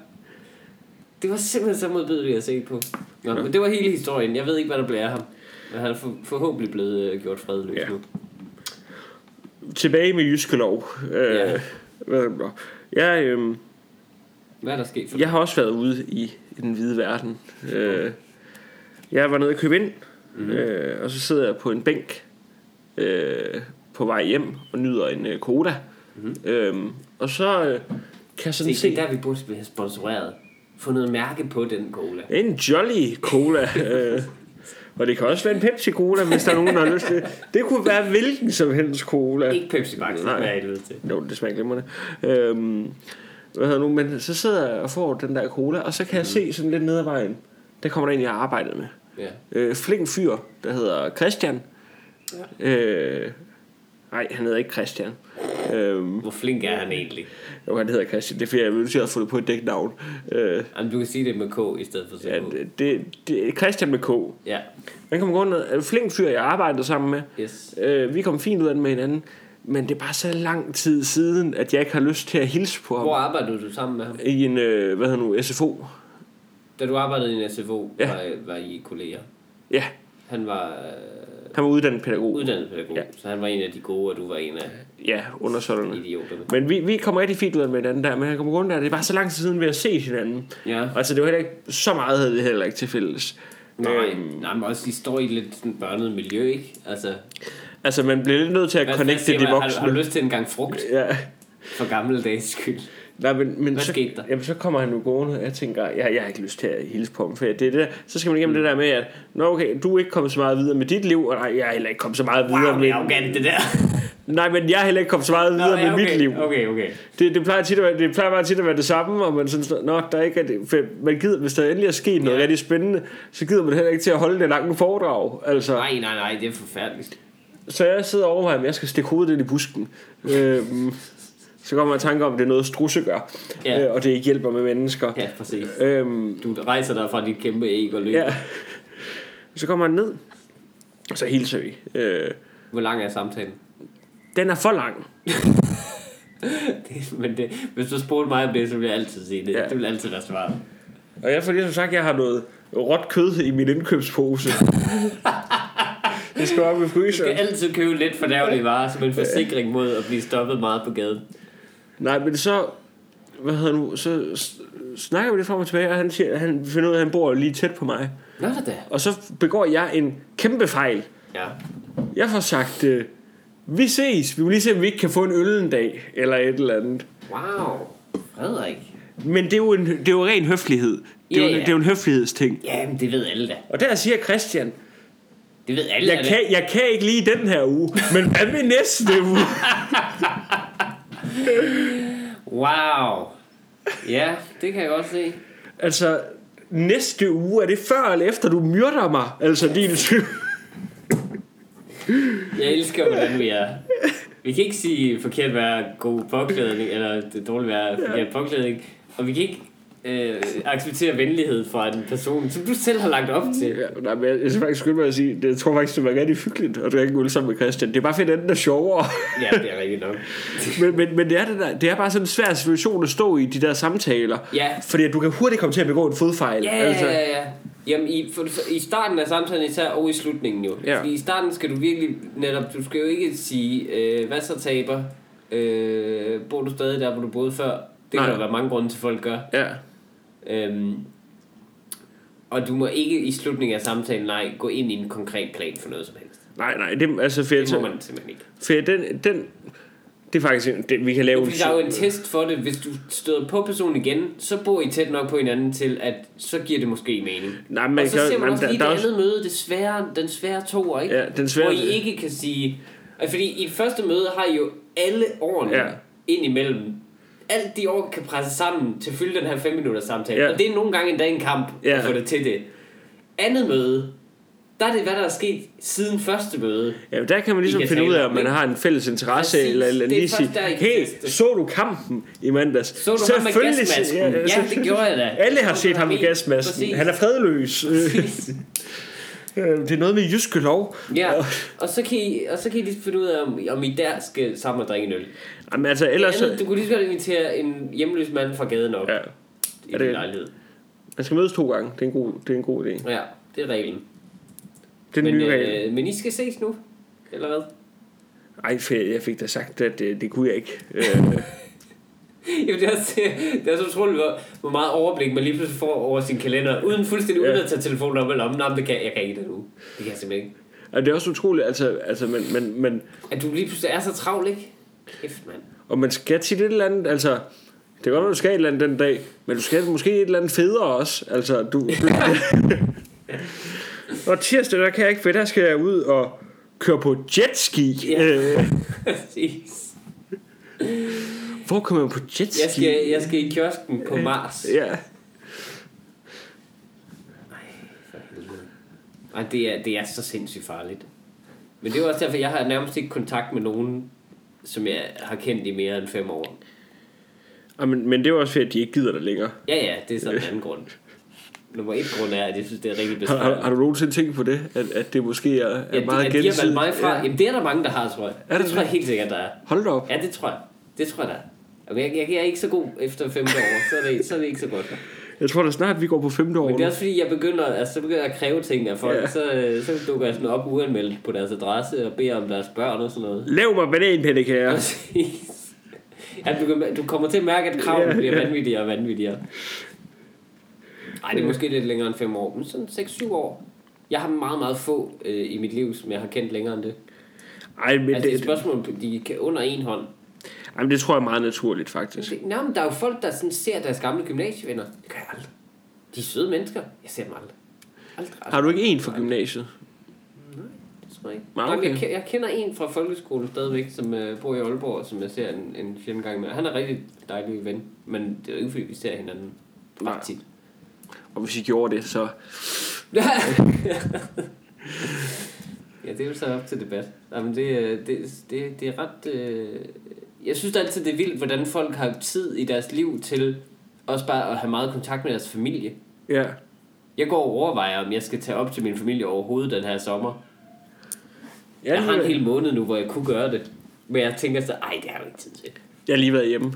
[SPEAKER 2] Det var simpelthen så modbydeligt at se på. Nå, men det var hele historien. Jeg ved ikke, hvad der blev af ham. Men han er for, forhåbentlig blevet øh, gjort fredløs
[SPEAKER 1] Ja.
[SPEAKER 2] nu.
[SPEAKER 1] Tilbage med jyske lov. Øh,
[SPEAKER 2] Ja.
[SPEAKER 1] hvad- Jeg, øh,
[SPEAKER 2] Hvad er der sket for
[SPEAKER 1] jeg har også været ude i, i den hvide verden. Øh, jeg var nede og købe ind,
[SPEAKER 2] Mhm.
[SPEAKER 1] mm. øh, og så sidder jeg på en bænk øh, på vej hjem og nyder en øh, Koda. Mm. Øh, og så øh, kan jeg sådan
[SPEAKER 2] Mhm. det? Det er
[SPEAKER 1] se
[SPEAKER 2] der, vi burde blive sponsoreret. Få noget mærke på den cola.
[SPEAKER 1] en Jolly Cola. øh, og det kan også være en Pepsi Cola, hvis der er nogen, der har lyst til det. Det kunne være hvilken som helst cola.
[SPEAKER 2] Ikke Pepsi Max, det
[SPEAKER 1] Nej.
[SPEAKER 2] er jeg ikke til.
[SPEAKER 1] Jo, det smager glimrende. Øhm, hvad hedder nu, men så sidder jeg og får den der cola, og så kan jeg se sådan lidt ned ad vejen. Der kommer der en, jeg har arbejdet med.
[SPEAKER 2] Ja.
[SPEAKER 1] Øh, flink fyr, der hedder Christian. Ja. Øh, nej, han hedder ikke Christian. Øhm,
[SPEAKER 2] Hvor flink er han egentlig?
[SPEAKER 1] jo, han hedder Christian. Det er fordi, jeg ville sige, at jeg har fundet på et dæknavn. Øh,
[SPEAKER 2] Jamen, du kan sige det med K i stedet for CK.
[SPEAKER 1] ja, det, det, det, er Christian med K.
[SPEAKER 2] Ja,
[SPEAKER 1] Han kommer rundt og er en flink fyr, jeg arbejder sammen med.
[SPEAKER 2] yes.
[SPEAKER 1] Øh, vi kom fint ud af det med hinanden. Men det er bare så lang tid siden, at jeg ikke har lyst til at hilse på ham.
[SPEAKER 2] Hvor arbejder du sammen med ham?
[SPEAKER 1] i en, øh, hvad hedder nu, SFO.
[SPEAKER 2] Da du arbejdede i en SFO,
[SPEAKER 1] Ja.
[SPEAKER 2] var, var I kolleger.
[SPEAKER 1] Ja,
[SPEAKER 2] Han var øh,
[SPEAKER 1] han var uddannet pædagog.
[SPEAKER 2] uddannet pædagog,
[SPEAKER 1] Ja. Mm.
[SPEAKER 2] ja. så han var en af de gode, og du var en af
[SPEAKER 1] Ja, undersøgerne.
[SPEAKER 2] idioterne.
[SPEAKER 1] Men vi, vi kommer rigtig fint ud af med hinanden der, men han kommer rundt der, det er bare så lang tid siden, vi har set hinanden.
[SPEAKER 2] Ja.
[SPEAKER 1] Altså, det var heller ikke, så meget havde vi heller ikke til fælles. Øh,
[SPEAKER 2] Nej, Øh, nej, men også, I står i et lidt sådan børnet miljø, ikke? Altså,
[SPEAKER 1] Altså, man bliver lidt nødt til at connecte
[SPEAKER 2] siger
[SPEAKER 1] de
[SPEAKER 2] man? Har, har du
[SPEAKER 1] voksne.
[SPEAKER 2] lyst til en gang frugt
[SPEAKER 1] Ja.
[SPEAKER 2] for gamle dages skyld?
[SPEAKER 1] Nej, men, men
[SPEAKER 2] Hvad
[SPEAKER 1] så,
[SPEAKER 2] skete der?
[SPEAKER 1] jamen, så kommer han jo gående, og jeg tænker, jeg, jeg har ikke lyst til at hilse på ham, for det er det der. Så skal man igennem
[SPEAKER 2] Mm.
[SPEAKER 1] det der med, at Nå, okay, du er ikke kommet så meget videre med dit liv, og nej, jeg er heller ikke kommet så meget videre
[SPEAKER 2] Wow, det
[SPEAKER 1] med...
[SPEAKER 2] er arrogant, det der.
[SPEAKER 1] Nej, men jeg er heller ikke kommet så meget videre
[SPEAKER 2] Nå,
[SPEAKER 1] med
[SPEAKER 2] ja, okay,
[SPEAKER 1] mit liv.
[SPEAKER 2] Okay, okay.
[SPEAKER 1] Det, det, plejer tit at være, det plejer bare tit at være det samme, og man synes, nå, der er ikke, er det, for man gider, hvis der endelig er sket noget
[SPEAKER 2] Ja.
[SPEAKER 1] rigtig spændende, så gider man heller ikke til at holde det lange foredrag. Altså,
[SPEAKER 2] Nej, nej, nej, det er forfærdeligt.
[SPEAKER 1] så jeg sidder over ham, jeg skal stikke hovedet ind i busken. øhm, så kommer jeg i tanke om, at det er noget, strusse gør,
[SPEAKER 2] Ja.
[SPEAKER 1] øh, og det ikke hjælper med mennesker.
[SPEAKER 2] Ja, præcis.
[SPEAKER 1] Øhm,
[SPEAKER 2] Du rejser dig fra dit kæmpe æg og løber.
[SPEAKER 1] ja. Så kommer han ned, og så hilser vi. Øh,
[SPEAKER 2] Hvor lang er samtalen?
[SPEAKER 1] den er for lang.
[SPEAKER 2] Det, men det, hvis du spurgte mig om det, så ville jeg altid sige det.
[SPEAKER 1] Ja.
[SPEAKER 2] Ja. Det vil altid være svaret.
[SPEAKER 1] Og jeg får ligesom sagt, at jeg har noget råt kød i min indkøbspose. det skal op i
[SPEAKER 2] Du
[SPEAKER 1] fryseren.
[SPEAKER 2] skal altid købe lidt fordærvelige varer som en forsikring mod at blive stoppet meget på gaden.
[SPEAKER 1] Nej, men så, hvad hedder nu, så s- snakker vi lidt frem og tilbage, og han, siger, han finder ud af, at han bor lige tæt på mig.
[SPEAKER 2] Nå da da.
[SPEAKER 1] Og så begår jeg en kæmpe fejl.
[SPEAKER 2] Ja.
[SPEAKER 1] Jeg får sagt, øh, vi ses, vi vil lige se, om vi ikke kan få en øl en dag, eller et eller andet.
[SPEAKER 2] Wow. Frederik.
[SPEAKER 1] Men det er jo, en, det er jo ren høflighed. Det er,
[SPEAKER 2] Ja,
[SPEAKER 1] jo,
[SPEAKER 2] ja.
[SPEAKER 1] det er jo en høflighedsting.
[SPEAKER 2] Jamen, det ved alle da.
[SPEAKER 1] Og der siger Christian,
[SPEAKER 2] Det ved alle
[SPEAKER 1] jeg
[SPEAKER 2] da.
[SPEAKER 1] kan, jeg kan ikke lige den her uge, men hvad med næste uge?
[SPEAKER 2] Wow. Ja, det kan jeg godt se.
[SPEAKER 1] Altså, næste uge, er det før eller efter, du myrder mig? Altså, din syg.
[SPEAKER 2] Jeg elsker, hvordan vi er. Vi kan ikke sige forkert være god påklædning, eller det dårligt være forkert påklædning. Og vi kan ikke øh, acceptere venlighed fra en person, som du selv har lagt op til.
[SPEAKER 1] Ja, nej, men jeg, jeg skal faktisk skynde mig at sige, det, jeg tror faktisk, det var rigtig hyggeligt at drikke øl sammen med Christian. Det er bare fedt, at den er sjovere.
[SPEAKER 2] Ja, det er rigtigt nok.
[SPEAKER 1] men, men, men det, er det, der, det er bare sådan en svær situation at stå i de der samtaler.
[SPEAKER 2] Ja.
[SPEAKER 1] Fordi at du kan hurtigt komme til at begå en fodfejl. Altså,
[SPEAKER 2] Ja, ja, ja, ja. Jamen, i, for, for, i starten af samtalen især, og i slutningen jo.
[SPEAKER 1] Ja.
[SPEAKER 2] Fordi i starten skal du virkelig, netop, du skal jo ikke sige, øh, hvad så taber, øh, bor du stadig der, hvor du boede før. Det
[SPEAKER 1] Nej.
[SPEAKER 2] kan der være mange grunde til, folk gør.
[SPEAKER 1] Ja,
[SPEAKER 2] Øhm, og du må ikke i slutningen af samtalen, nej, gå ind i en konkret plan for noget som helst.
[SPEAKER 1] nej, nej, det, altså, for,
[SPEAKER 2] Det må
[SPEAKER 1] det
[SPEAKER 2] man simpelthen ikke.
[SPEAKER 1] for den, den, det er faktisk, en- det, vi kan lave
[SPEAKER 2] Fordi der er jo en test for det. Hvis du støder på personen igen, så bor I tæt nok på hinanden til, at så giver det måske mening.
[SPEAKER 1] Nej, men
[SPEAKER 2] og så
[SPEAKER 1] jeg kan-
[SPEAKER 2] ser man
[SPEAKER 1] men
[SPEAKER 2] også
[SPEAKER 1] der-
[SPEAKER 2] lige
[SPEAKER 1] der
[SPEAKER 2] det
[SPEAKER 1] er
[SPEAKER 2] andet
[SPEAKER 1] også-
[SPEAKER 2] møde, det svære, den svære toer, ikke?
[SPEAKER 1] Ja, den svære-
[SPEAKER 2] Hvor I ikke kan sige... Altså, Fordi i første møde har I jo alle årene
[SPEAKER 1] Ja.
[SPEAKER 2] ja. ind imellem. Alt de år kan presse sammen til at fylde den her 5 minutters samtale.
[SPEAKER 1] Ja.
[SPEAKER 2] Og det er nogle gange endda en kamp
[SPEAKER 1] Ja.
[SPEAKER 2] at få det til det. Andet møde, der er det, hvad der er sket siden første møde.
[SPEAKER 1] Ja, der kan man ligesom
[SPEAKER 2] I kan
[SPEAKER 1] finde ud
[SPEAKER 2] tale
[SPEAKER 1] af,
[SPEAKER 2] om
[SPEAKER 1] om man
[SPEAKER 2] det.
[SPEAKER 1] har en fælles interesse,
[SPEAKER 2] Præcis.
[SPEAKER 1] eller, eller
[SPEAKER 2] Det er
[SPEAKER 1] lige sige,
[SPEAKER 2] først der, I kan
[SPEAKER 1] hey,
[SPEAKER 2] teste."
[SPEAKER 1] så du kampen i mandags?
[SPEAKER 2] Så du ham med
[SPEAKER 1] Selvfølgelig- altså-
[SPEAKER 2] gasmasken? Ja, det gjorde jeg da.
[SPEAKER 1] Alle har
[SPEAKER 2] Så
[SPEAKER 1] set
[SPEAKER 2] var
[SPEAKER 1] ham med
[SPEAKER 2] min.
[SPEAKER 1] gasmasken.
[SPEAKER 2] Præcis.
[SPEAKER 1] Han er fredløs. Øh, det er noget med jyske lov.
[SPEAKER 2] Ja, og så kan I, og så kan I lige finde ud af, om, om I der skal sammen og drikke en øl.
[SPEAKER 1] Jamen, altså, ellers...
[SPEAKER 2] Andet, du kunne lige så godt invitere en hjemløs mand fra gaden op
[SPEAKER 1] Ja,
[SPEAKER 2] ja, i
[SPEAKER 1] er
[SPEAKER 2] din
[SPEAKER 1] det-
[SPEAKER 2] lejlighed.
[SPEAKER 1] man skal mødes to gange. Det er en god, det er en god idé. Det
[SPEAKER 2] Ja, det er reglen.
[SPEAKER 1] er den
[SPEAKER 2] Men,
[SPEAKER 1] nye regel.
[SPEAKER 2] øh, men I skal ses nu, eller hvad?
[SPEAKER 1] Ej, for jeg fik da sagt, at det, det kunne jeg ikke. Øh,
[SPEAKER 2] Jamen, det er, også, det er så utroligt, hvor, hvor meget overblik man lige pludselig får over sin kalender, uden fuldstændig
[SPEAKER 1] Ja.
[SPEAKER 2] uden at tage telefonen op eller om. Nej, men det kan jeg, jeg kan ikke det nu. Det kan jeg simpelthen ikke.
[SPEAKER 1] og det er også utroligt, altså, altså man, man, man,
[SPEAKER 2] At du lige pludselig er så travl, ikke? Kæft, mand.
[SPEAKER 1] og man skal til et eller andet, altså... Det er godt, at du skal et eller andet den dag, men du skal måske et eller andet federe også. Altså, du... du og tirsdag, der kan jeg ikke, for der skal jeg ud og køre på jetski.
[SPEAKER 2] Ja.
[SPEAKER 1] Øh,
[SPEAKER 2] Præcis.
[SPEAKER 1] hvor kommer man på jetski?
[SPEAKER 2] Jeg skal, jeg skal i kiosken på Mars.
[SPEAKER 1] Ja.
[SPEAKER 2] Ej, det er, det er så sindssygt farligt. Men det er jo også derfor, jeg har nærmest ikke kontakt med nogen, som jeg har kendt i mere end fem år.
[SPEAKER 1] Og Ah, men, men det er jo også fordi, at de ikke gider dig længere.
[SPEAKER 2] Ja, ja, det er sådan en
[SPEAKER 1] Øh.
[SPEAKER 2] anden grund. Nummer et grund er, at jeg synes, det er rigtig
[SPEAKER 1] Har, har,
[SPEAKER 2] besværligt.
[SPEAKER 1] har du nogensinde tænkt på det? At, at det måske er, er
[SPEAKER 2] Ja,
[SPEAKER 1] meget
[SPEAKER 2] de, at de har valgt
[SPEAKER 1] gensidigt?
[SPEAKER 2] mig fra.
[SPEAKER 1] Ja.
[SPEAKER 2] Jamen, det er der mange, der har, tror jeg.
[SPEAKER 1] der
[SPEAKER 2] det tror jeg helt sikkert, der er.
[SPEAKER 1] Hold da op.
[SPEAKER 2] Ja, det tror jeg. Det tror jeg, der er. Jamen, Jeg, jeg, jeg er ikke så god efter femte år, så er det, så er det ikke så godt.
[SPEAKER 1] Jeg tror da snart, vi går på femte år.
[SPEAKER 2] Men det er
[SPEAKER 1] nu.
[SPEAKER 2] også fordi, jeg begynder, altså, så begynder jeg at kræve ting af folk,
[SPEAKER 1] Ja.
[SPEAKER 2] ja. så, øh, så dukker jeg sådan op uanmeldt på deres adresse og beder om deres børn og sådan noget.
[SPEAKER 1] Lav mig bananpandekager.
[SPEAKER 2] Altså, Præcis. Ja, du, kan, du kommer til at mærke, at kravene
[SPEAKER 1] Ja,
[SPEAKER 2] yeah, bliver
[SPEAKER 1] ja.
[SPEAKER 2] vanvittigere og vanvittigere. Ej, det er måske lidt længere end 5 år, men sådan 6-7 år. Jeg har meget, meget få øh, i mit liv, som jeg har kendt længere end det.
[SPEAKER 1] Ej, men
[SPEAKER 2] Altså, det er et
[SPEAKER 1] det,
[SPEAKER 2] spørgsmål, de kan under en hånd.
[SPEAKER 1] ej, men det tror jeg er meget naturligt, faktisk.
[SPEAKER 2] Det- Nå, men der er jo folk, der sådan ser deres gamle gymnasievenner. Det gør jeg aldrig. De er søde mennesker. Jeg ser dem aldrig. Aldrig, aldrig.
[SPEAKER 1] Har du ikke en fra gymnasiet?
[SPEAKER 2] Det tror jeg ikke.
[SPEAKER 1] Nå,
[SPEAKER 2] Nej,
[SPEAKER 1] okay.
[SPEAKER 2] okay. jeg, ke- jeg kender en fra folkeskolen stadigvæk, som øh, bor i Aalborg, som jeg ser en, en fjern gang med. Han er rigtig dejlig ven, men det er jo ikke, fordi vi ser hinanden
[SPEAKER 1] Nej.
[SPEAKER 2] ret tit.
[SPEAKER 1] Og hvis I gjorde det, så...
[SPEAKER 2] ja, det er jo så op til debat. Jamen, det, øh, det, det, det er ret... Øh... Jeg synes altid, det er vildt, hvordan folk har tid i deres liv til også bare at have meget kontakt med deres familie.
[SPEAKER 1] Ja.
[SPEAKER 2] Jeg går og overvejer, om jeg skal tage op til min familie overhovedet den her sommer.
[SPEAKER 1] Jeg,
[SPEAKER 2] jeg
[SPEAKER 1] lige,
[SPEAKER 2] har en hel måned nu, hvor jeg kunne gøre det. Men jeg tænker så, ej, det har jeg jo ikke tid til.
[SPEAKER 1] jeg har lige været hjemme.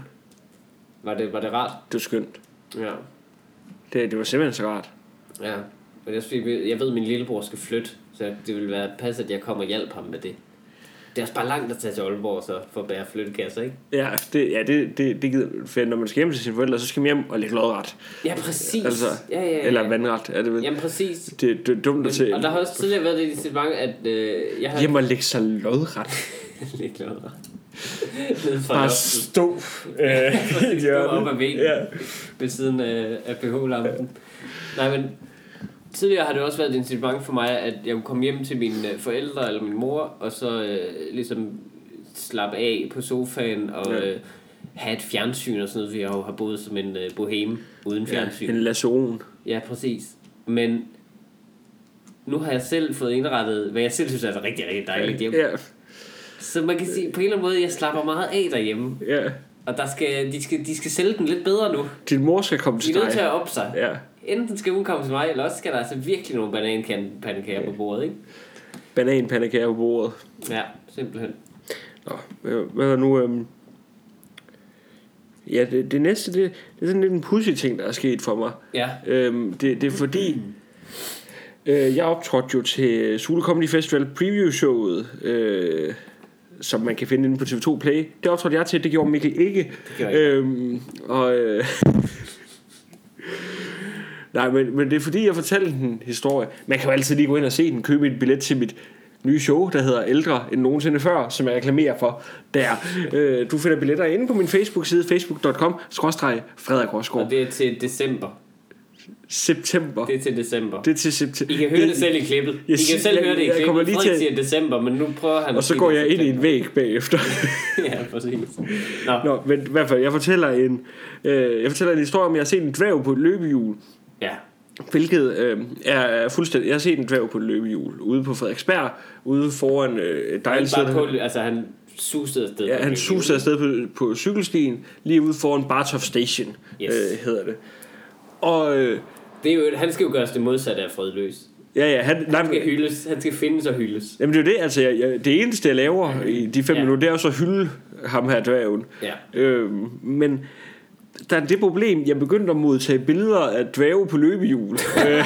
[SPEAKER 2] Var det, var det rart?
[SPEAKER 1] Det var skønt.
[SPEAKER 2] Ja.
[SPEAKER 1] Det, det var simpelthen så rart.
[SPEAKER 2] Ja. Men jeg, jeg ved, at min lillebror skal flytte, så det ville være pas, at jeg kommer og hjælper ham med det. Det er også bare langt at tage til Aalborg så for at bære flyttekasser, ikke?
[SPEAKER 1] Ja, det, ja, det, det, det gider for når man skal hjem til sine forældre, så skal man hjem og lægge lodret.
[SPEAKER 2] Ja, præcis.
[SPEAKER 1] Altså,
[SPEAKER 2] ja, ja, ja.
[SPEAKER 1] Eller vandret, er det vel?
[SPEAKER 2] Jamen, præcis.
[SPEAKER 1] Det, det er dumt at
[SPEAKER 2] Men, og der
[SPEAKER 1] til.
[SPEAKER 2] har også tidligere været det i mange, at øh, jeg har...
[SPEAKER 1] Hjem og lægge sig lodret.
[SPEAKER 2] Lidt klogere. Nede fra
[SPEAKER 1] Bare
[SPEAKER 2] loftet.
[SPEAKER 1] stå øh, i et hjørne.
[SPEAKER 2] op ad væggen.
[SPEAKER 1] Ja.
[SPEAKER 2] ved siden af, af pH-lampen. Nej, men tidligere har det også været et incitament for mig, at jeg kunne komme hjem til mine øh, forældre eller min mor, og så øh, ligesom slappe af på sofaen og
[SPEAKER 1] Ja.
[SPEAKER 2] ja. øh, have et fjernsyn og sådan noget, for jeg jo har boet som en øh, boheme uden fjernsyn.
[SPEAKER 1] En lason.
[SPEAKER 2] Ja. ja, præcis. Men nu har jeg selv fået indrettet, hvad jeg selv synes er et rigtig, rigtig dejligt hjem. Ja.
[SPEAKER 1] Ja,
[SPEAKER 2] Så man kan sige, på en eller anden måde, jeg slapper meget af derhjemme.
[SPEAKER 1] ja.
[SPEAKER 2] Og der skal, de, skal, de skal sælge den lidt bedre nu.
[SPEAKER 1] Din mor skal komme
[SPEAKER 2] De
[SPEAKER 1] til
[SPEAKER 2] er nødt til
[SPEAKER 1] dig.
[SPEAKER 2] at op sig.
[SPEAKER 1] Ja.
[SPEAKER 2] Enten skal hun komme til mig, eller også skal der altså virkelig nogle bananpandekager på bordet, ikke?
[SPEAKER 1] Bananpandekager på bordet.
[SPEAKER 2] Ja, simpelthen.
[SPEAKER 1] Nå, hvad, hvad var nu... Øhm... Ja, det, det næste, det, det er sådan lidt en pussy ting, der er sket for mig.
[SPEAKER 2] Ja,
[SPEAKER 1] Øhm, det, det er fordi, Øh, jeg optrådte jo til Sule Comedy Festival preview-showet, øh, som man kan finde inde på TV2 Play. Det optrådte jeg til, det gjorde Mikkel ikke.
[SPEAKER 2] gjorde jeg
[SPEAKER 1] Øhm, og, øh, Nej, men, men det er fordi, jeg fortalte en historie. Man kan jo altid lige gå ind og se den, købe en billet til mit nye show, der hedder Ældre end nogensinde før, som jeg reklamerer for der. Øh, du finder billetter inde på min Facebook-side, facebook.com, skråstreg Frederik
[SPEAKER 2] Og
[SPEAKER 1] Rosgaard.
[SPEAKER 2] det er til december.
[SPEAKER 1] September.
[SPEAKER 2] Det er til december.
[SPEAKER 1] Det er til september.
[SPEAKER 2] I kan høre det selv i klippet. I
[SPEAKER 1] Jeg
[SPEAKER 2] kan
[SPEAKER 1] siger-
[SPEAKER 2] selv
[SPEAKER 1] jeg-
[SPEAKER 2] høre det i
[SPEAKER 1] jeg
[SPEAKER 2] klippet.
[SPEAKER 1] kommer lige
[SPEAKER 2] Frederik
[SPEAKER 1] til-
[SPEAKER 2] siger december, men nu prøver han
[SPEAKER 1] Og
[SPEAKER 2] at
[SPEAKER 1] så
[SPEAKER 2] sige
[SPEAKER 1] går
[SPEAKER 2] det
[SPEAKER 1] jeg ind i en væg bagefter.
[SPEAKER 2] ja, præcis. Nå,
[SPEAKER 1] Nå, men i hvert fald, jeg fortæller en, øh, jeg fortæller en historie om, at jeg har set en dværg på et løbehjul.
[SPEAKER 2] ja.
[SPEAKER 1] Hvilket øh, er, er fuldstændig... Jeg har set en dværg på et løbehjul ude på Frederiksberg, ude foran øh,
[SPEAKER 2] Han,
[SPEAKER 1] dejligt
[SPEAKER 2] bare
[SPEAKER 1] sted.
[SPEAKER 2] på, altså, han susede afsted.
[SPEAKER 1] Ja, han suser afsted på, på cykelstien, lige ude foran Bartov Station,
[SPEAKER 2] Yes.
[SPEAKER 1] yes. øh, hedder det. Og øh,
[SPEAKER 2] Det er jo, han skal jo gøres det modsatte af fredløs.
[SPEAKER 1] ja, ja, han, nej,
[SPEAKER 2] Han skal hyldes. Han skal findes og hyldes.
[SPEAKER 1] jamen, det er jo det, altså, jeg, jeg, det eneste, jeg laver i de fem
[SPEAKER 2] Mm. Ja.
[SPEAKER 1] ja. minutter, det er jo så at hylde ham her dværgen.
[SPEAKER 2] Ja.
[SPEAKER 1] Øh, men der er det problem, jeg begyndte at modtage billeder af dværge på løbehjul. øh,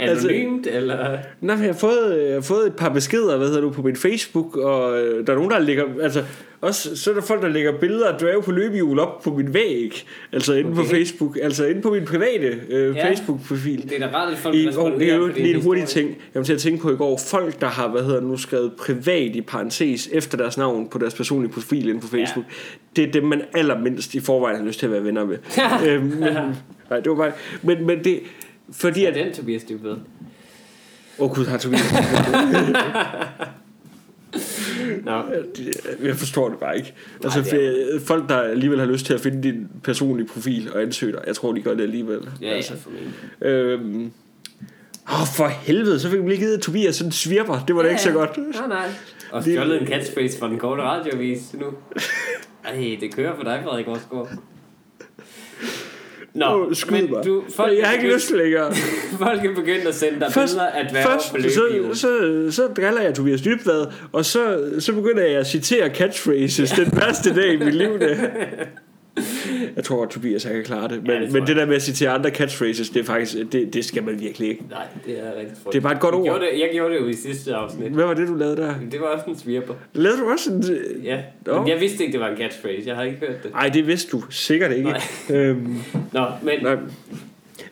[SPEAKER 1] Altså-
[SPEAKER 2] Anonymt, eller...
[SPEAKER 1] nej, men jeg har fået, øh, jeg har fået et par beskeder, hvad hedder du, på min Facebook, og øh, der er nogen, der lægger, altså, også, så er der folk, der lægger billeder af dværge på løbehjul op på min væg, altså inde på
[SPEAKER 2] Okay.
[SPEAKER 1] Facebook, altså inde på min private øh,
[SPEAKER 2] Ja.
[SPEAKER 1] Facebook-profil.
[SPEAKER 2] Det er da rart, at folk
[SPEAKER 1] I,
[SPEAKER 2] responderer
[SPEAKER 1] og det er jo
[SPEAKER 2] på
[SPEAKER 1] lige en hurtig
[SPEAKER 2] historie.
[SPEAKER 1] ting, jeg kom til at tænke på i går. Folk, der har, hvad hedder det nu, skrevet privat i parentes efter deres navn på deres personlige profil inde på
[SPEAKER 2] Ja.
[SPEAKER 1] Facebook, det er dem, man allermindst i forvejen har lyst til at være venner med. øhm, men, nej, det var bare... Men, men det... Fordi
[SPEAKER 2] Ja,
[SPEAKER 1] at...
[SPEAKER 2] den Tobias, det er bedre.
[SPEAKER 1] Åh oh, gud, har Tobias...
[SPEAKER 2] Nå,
[SPEAKER 1] Jeg forstår det bare ikke. Altså,
[SPEAKER 2] Nej, det
[SPEAKER 1] for, folk, der alligevel har lyst til at finde din personlige profil og ansøge dig, jeg tror, de gør det alligevel.
[SPEAKER 2] ja,
[SPEAKER 1] altså,
[SPEAKER 2] ja, formentlig.
[SPEAKER 1] Øhm, Åh, oh, for helvede, så fik vi lige givet Tobias sådan en svirper. Det var da ikke så godt.
[SPEAKER 2] Nej, nej. Og stjålet en catchphrase fra den korte radiovis nu. Ej, det kører for dig, Frederik Rosgaard. Nå,
[SPEAKER 1] Åh, skyd
[SPEAKER 2] men
[SPEAKER 1] mig.
[SPEAKER 2] du, folk,
[SPEAKER 1] jeg har ikke
[SPEAKER 2] er
[SPEAKER 1] lyst længere.
[SPEAKER 2] begyndt- folk er begyndt at sende dig billeder at være
[SPEAKER 1] først
[SPEAKER 2] først, på løbehjul.
[SPEAKER 1] så, så, så driller jeg Tobias Dybvad, og så, så begynder jeg at citere catchphrases den værste dag i mit liv. Det. Jeg tror, at Tobias han kan klare det. Men,
[SPEAKER 2] det
[SPEAKER 1] ja,
[SPEAKER 2] tror
[SPEAKER 1] det, men
[SPEAKER 2] jeg.
[SPEAKER 1] det der med at citere andre catchphrases, det, er faktisk, det, det skal man virkelig ikke.
[SPEAKER 2] Nej, det er rigtig frygteligt.
[SPEAKER 1] Det er bare et godt
[SPEAKER 2] Jeg
[SPEAKER 1] ord.
[SPEAKER 2] gjorde det, jeg gjorde det jo i sidste afsnit.
[SPEAKER 1] Hvad var det, du lavede der?
[SPEAKER 2] Det var også en svirper.
[SPEAKER 1] Lavede du også en...
[SPEAKER 2] Ja.
[SPEAKER 1] Nå.
[SPEAKER 2] Men jeg vidste ikke, det var en catchphrase. Jeg har ikke hørt det.
[SPEAKER 1] Ej, det vidste du sikkert ikke. Øhm,
[SPEAKER 2] Nå, men
[SPEAKER 1] nej.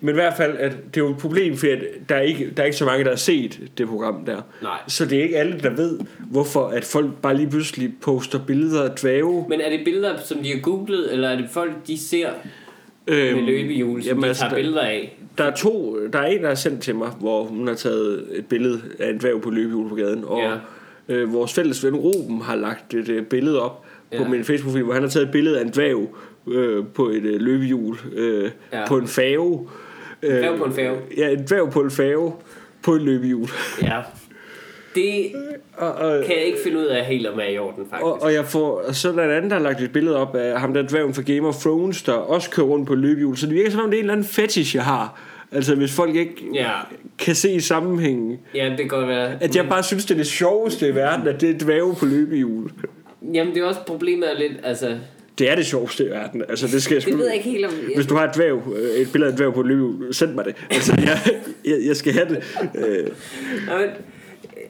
[SPEAKER 1] Men i hvert fald, at det er jo et problem, for at der, er ikke, der er ikke så mange, der har set det program der.
[SPEAKER 2] nej.
[SPEAKER 1] Så det er ikke alle, der ved, hvorfor at folk bare lige pludselig poster billeder af dvæve.
[SPEAKER 2] Men er det billeder, som de har googlet, eller er det folk, de ser
[SPEAKER 1] Øhm,
[SPEAKER 2] med løbehjul, som
[SPEAKER 1] jamen,
[SPEAKER 2] de
[SPEAKER 1] altså,
[SPEAKER 2] tager
[SPEAKER 1] der-
[SPEAKER 2] billeder af?
[SPEAKER 1] Der er to, der er en, der har sendt til mig, hvor hun har taget et billede af en dværg på løbehjul på gaden. Og
[SPEAKER 2] Ja.
[SPEAKER 1] øh, vores fælles ven Ruben har lagt et øh, billede op på
[SPEAKER 2] Ja.
[SPEAKER 1] min Facebook-profil, hvor han har taget et billede af en dværg øh, på et øh, løbehjul øh,
[SPEAKER 2] Ja.
[SPEAKER 1] på en fave. Øh,
[SPEAKER 2] Dværg på en færge.
[SPEAKER 1] Ja, en dværg på en fave på et løbehjul.
[SPEAKER 2] Ja. Det
[SPEAKER 1] Og, og,
[SPEAKER 2] kan jeg ikke finde ud af helt om er i orden, faktisk.
[SPEAKER 1] Og, og jeg får, og så er der en anden, der har lagt et billede op af ham, der dværgen fra Game of Thrones, der også kører rundt på løbehjul. Så det virker som om, det er en eller anden fetish, jeg har. Altså, hvis folk ikke
[SPEAKER 2] Ja,
[SPEAKER 1] kan se sammenhængen.
[SPEAKER 2] ja det kan godt være.
[SPEAKER 1] At jeg bare synes, det er det sjoveste i verden, at det er dværge på løbehjul.
[SPEAKER 2] Jamen, det er også problemet er lidt, altså...
[SPEAKER 1] Det er det sjoveste i verden. Altså, det skal jeg
[SPEAKER 2] Det
[SPEAKER 1] sgu...
[SPEAKER 2] ved jeg ikke helt om...
[SPEAKER 1] Hvis du har et, dværg, øh, et billede af et dværg på et løbehjul, send mig det. Altså, jeg, jeg, jeg skal have det. Øh,
[SPEAKER 2] Ja, men,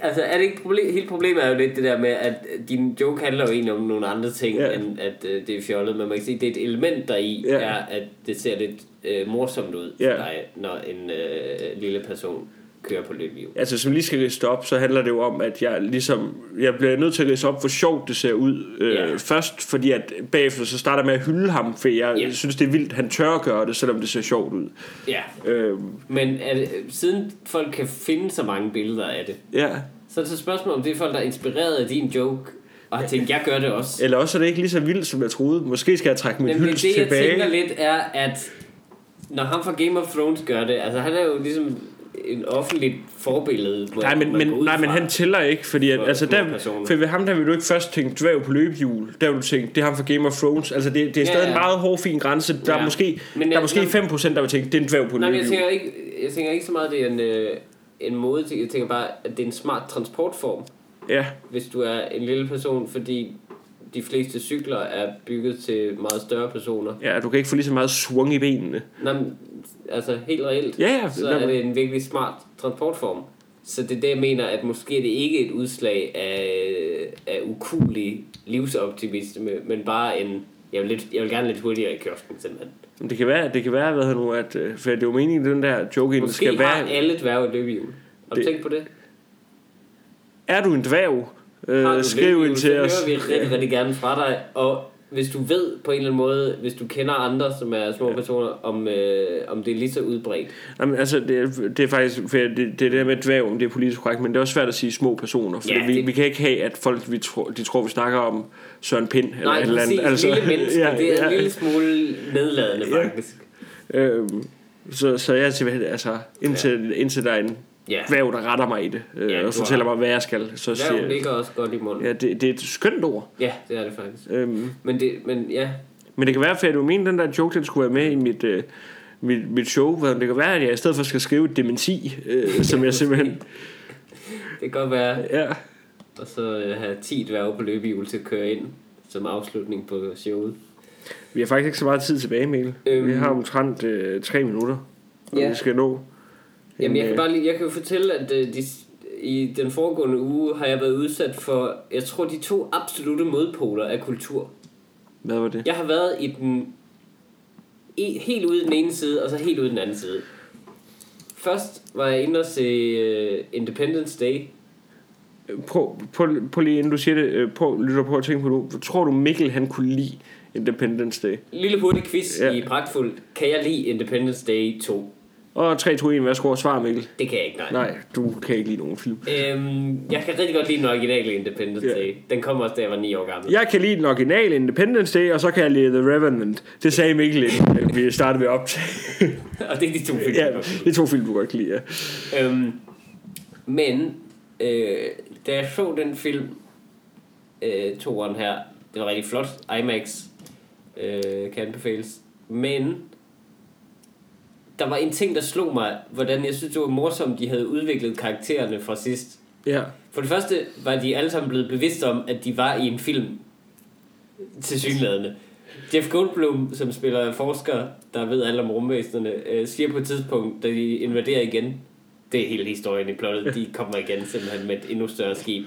[SPEAKER 2] altså, er det ikke problem... Hele problemet er jo lidt det der med, at din joke handler jo egentlig om nogle andre ting, ja.
[SPEAKER 1] Ja.
[SPEAKER 2] end at øh, det er fjollet. Men man kan sige, det er et element deri, ja.
[SPEAKER 1] Ja.
[SPEAKER 2] er, at det ser lidt øh, morsomt ud ja.
[SPEAKER 1] Ja.
[SPEAKER 2] for dig, når en øh, lille person kører på løbehjul.
[SPEAKER 1] altså, som lige skal riste op, så handler det jo om, at jeg ligesom, jeg bliver nødt til at riste op, hvor sjovt det ser ud øh,
[SPEAKER 2] Ja.
[SPEAKER 1] først, fordi at bagefter så starter jeg med at hylde ham, for jeg
[SPEAKER 2] Ja.
[SPEAKER 1] yeah. synes, det er vildt, han tør at gøre det, selvom det ser sjovt ud.
[SPEAKER 2] Ja,
[SPEAKER 1] Øh,
[SPEAKER 2] men er det, siden folk kan finde så mange billeder af det,
[SPEAKER 1] ja.
[SPEAKER 2] Så er det så spørgsmålet, om det er folk, der er inspireret af din joke, og har tænkt, jeg gør det også.
[SPEAKER 1] Eller også er det ikke lige så vildt, som jeg troede. Måske skal jeg trække min
[SPEAKER 2] Men det,
[SPEAKER 1] hyldest
[SPEAKER 2] det jeg tænker
[SPEAKER 1] tilbage.
[SPEAKER 2] lidt, er, at når ham fra Game of Thrones gør det, altså han er jo ligesom en offentligt forbillede. hvor
[SPEAKER 1] Nej, men,
[SPEAKER 2] man
[SPEAKER 1] men,
[SPEAKER 2] går ud
[SPEAKER 1] nej, men
[SPEAKER 2] fra.
[SPEAKER 1] han tæller ikke, fordi at,
[SPEAKER 2] For-
[SPEAKER 1] altså,
[SPEAKER 2] for
[SPEAKER 1] der,
[SPEAKER 2] personer.
[SPEAKER 1] for ved ham der vil du ikke først tænke dværg på løbehjul. Der vil du tænke, det er ham fra Game of Thrones. Altså, det, det er
[SPEAKER 2] Ja,
[SPEAKER 1] stadig
[SPEAKER 2] ja.
[SPEAKER 1] en meget hård, fin grænse. Der
[SPEAKER 2] Ja.
[SPEAKER 1] er måske,
[SPEAKER 2] Men
[SPEAKER 1] der
[SPEAKER 2] jeg-
[SPEAKER 1] er måske
[SPEAKER 2] når-
[SPEAKER 1] 5% der vil tænke, det er en dværg på
[SPEAKER 2] Nej, men jeg
[SPEAKER 1] løbehjul.
[SPEAKER 2] tænker ikke, jeg tænker ikke så meget, at det er en, øh, en mode ting. Jeg tænker bare, at det er en smart transportform,
[SPEAKER 1] Ja.
[SPEAKER 2] hvis du er en lille person, fordi de fleste cykler er bygget til meget større personer.
[SPEAKER 1] ja, du kan ikke få lige så meget swung i benene.
[SPEAKER 2] Nå, men altså helt reelt,
[SPEAKER 1] Ja, ja,
[SPEAKER 2] så
[SPEAKER 1] lad
[SPEAKER 2] er
[SPEAKER 1] mig-
[SPEAKER 2] det en virkelig smart transportform. Så det er det, jeg mener, at måske er det ikke et udslag af, af ukulig livsoptimisme, men bare en, jeg vil, lidt, jeg vil gerne lidt hurtigere i kiosken, simpelthen.
[SPEAKER 1] Men Det kan være, det kan være hvad hedder nu, at, øh, for det er jo meningen, at den der joke egentlig
[SPEAKER 2] Måske
[SPEAKER 1] skal
[SPEAKER 2] har
[SPEAKER 1] være,
[SPEAKER 2] alle dværge et løbehjul. Har du
[SPEAKER 1] Det-
[SPEAKER 2] tænkt på det?
[SPEAKER 1] er du en dværg,
[SPEAKER 2] Har
[SPEAKER 1] øh,
[SPEAKER 2] du
[SPEAKER 1] skriv
[SPEAKER 2] løbehjul,
[SPEAKER 1] ind
[SPEAKER 2] så
[SPEAKER 1] til os.
[SPEAKER 2] hører vi rigtig, rigtig gerne fra dig. Og hvis du ved på en eller anden måde, hvis du kender andre, som er små personer, om, øh, om det er lige så udbredt.
[SPEAKER 1] Jamen, altså, det, er- det er faktisk for det, det, er det der med dværgen, det er politisk korrekt, men det er også svært at sige små personer, for
[SPEAKER 2] Ja,
[SPEAKER 1] ja, vi,
[SPEAKER 2] det-
[SPEAKER 1] vi kan ikke have, at folk vi tror, de tror, vi snakker om Søren Pind eller
[SPEAKER 2] Nej,
[SPEAKER 1] et eller
[SPEAKER 2] præcis.
[SPEAKER 1] andet.
[SPEAKER 2] Altså, lille menneske, ja, det er en
[SPEAKER 1] ja,
[SPEAKER 2] lille smule nedladende,
[SPEAKER 1] Ja.
[SPEAKER 2] faktisk.
[SPEAKER 1] øhm, så, så jeg er simpelthen, altså, indtil, ja. indtil der er en
[SPEAKER 2] Ja.
[SPEAKER 1] dværg, der retter mig i det, øh,
[SPEAKER 2] Ja,
[SPEAKER 1] ja,
[SPEAKER 2] du
[SPEAKER 1] og fortæller
[SPEAKER 2] har-
[SPEAKER 1] mig, hvad jeg skal, så siger
[SPEAKER 2] Dværgen
[SPEAKER 1] jeg,
[SPEAKER 2] ligger også godt i munden. Ja,
[SPEAKER 1] ja, det, det er et skønt ord.
[SPEAKER 2] ja det er det faktisk.
[SPEAKER 1] Øhm,
[SPEAKER 2] Men, det, men ja,
[SPEAKER 1] Men det kan være, for du mener, den der joke, den skulle være med i mit, øh, mit, mit show. Hvad, det kan være, at jeg i stedet for skal skrive et dementi, øh, som jeg simpelthen...
[SPEAKER 2] det kan godt være.
[SPEAKER 1] Ja,
[SPEAKER 2] Og så øh, have 10 dværge på løbehjul til at køre ind som afslutning på showet.
[SPEAKER 1] vi har faktisk ikke så meget tid tilbage, Mikkel.
[SPEAKER 2] Øhm.
[SPEAKER 1] Øhm. Vi har omtrent øh, tre minutter, og
[SPEAKER 2] Ja.
[SPEAKER 1] vi skal nå.
[SPEAKER 2] Jamen,
[SPEAKER 1] en,
[SPEAKER 2] jeg kan
[SPEAKER 1] øh,
[SPEAKER 2] bare lige, jeg kan jo fortælle, at øh, de, i den foregående uge har jeg været udsat for, jeg tror, de to absolute modpoler af kultur.
[SPEAKER 1] Hvad var det?
[SPEAKER 2] Jeg har været i den i, helt ude i den ene side, og så helt ude i den anden side. Først var jeg inde og se øh, Independence Day.
[SPEAKER 1] Øh, Prøv, prøv, prøv lige, inden du siger det, øh, prøv, lytter på at tænke på nu. Tror du, Mikkel han kunne lide Independence Day?
[SPEAKER 2] Lille hurtig quiz ja.
[SPEAKER 1] Ja.
[SPEAKER 2] i Pragtfuld. Kan jeg lide Independence Day 2?
[SPEAKER 1] Og 3, 2, 1, værsgo og svar, Mikkel.
[SPEAKER 2] Det kan jeg ikke, nej.
[SPEAKER 1] Nej, du kan ikke lide nogen film.
[SPEAKER 2] Øhm, jeg kan rigtig godt lide den originale Independence
[SPEAKER 1] Ja.
[SPEAKER 2] Day. Den kom også, da jeg var 9 år gammel.
[SPEAKER 1] Jeg kan lide den originale Independence Day, og så kan jeg lide The Revenant. Det sagde Mikkel, inden øh, vi startede ved optag.
[SPEAKER 2] og det er de to film.
[SPEAKER 1] Ja, det er to film, du godt kan lide. Ja.
[SPEAKER 2] Øhm, men øh, da jeg så den film, øh, toeren her, det var rigtig flot. IMAX øh, kan anbefales. Men der var en ting, der slog mig, hvordan jeg synes, det var morsomt, de havde udviklet karaktererne fra sidst.
[SPEAKER 1] ja.
[SPEAKER 2] For det første var de alle sammen blevet bevidste om, at de var i en film. Til synlædende. Jeff Goldblum, som spiller forsker, der ved alt om rumvæsenerne, øh, siger på et tidspunkt, da de invaderer igen, det er hele historien i plottet, de kommer igen simpelthen med et endnu større skib.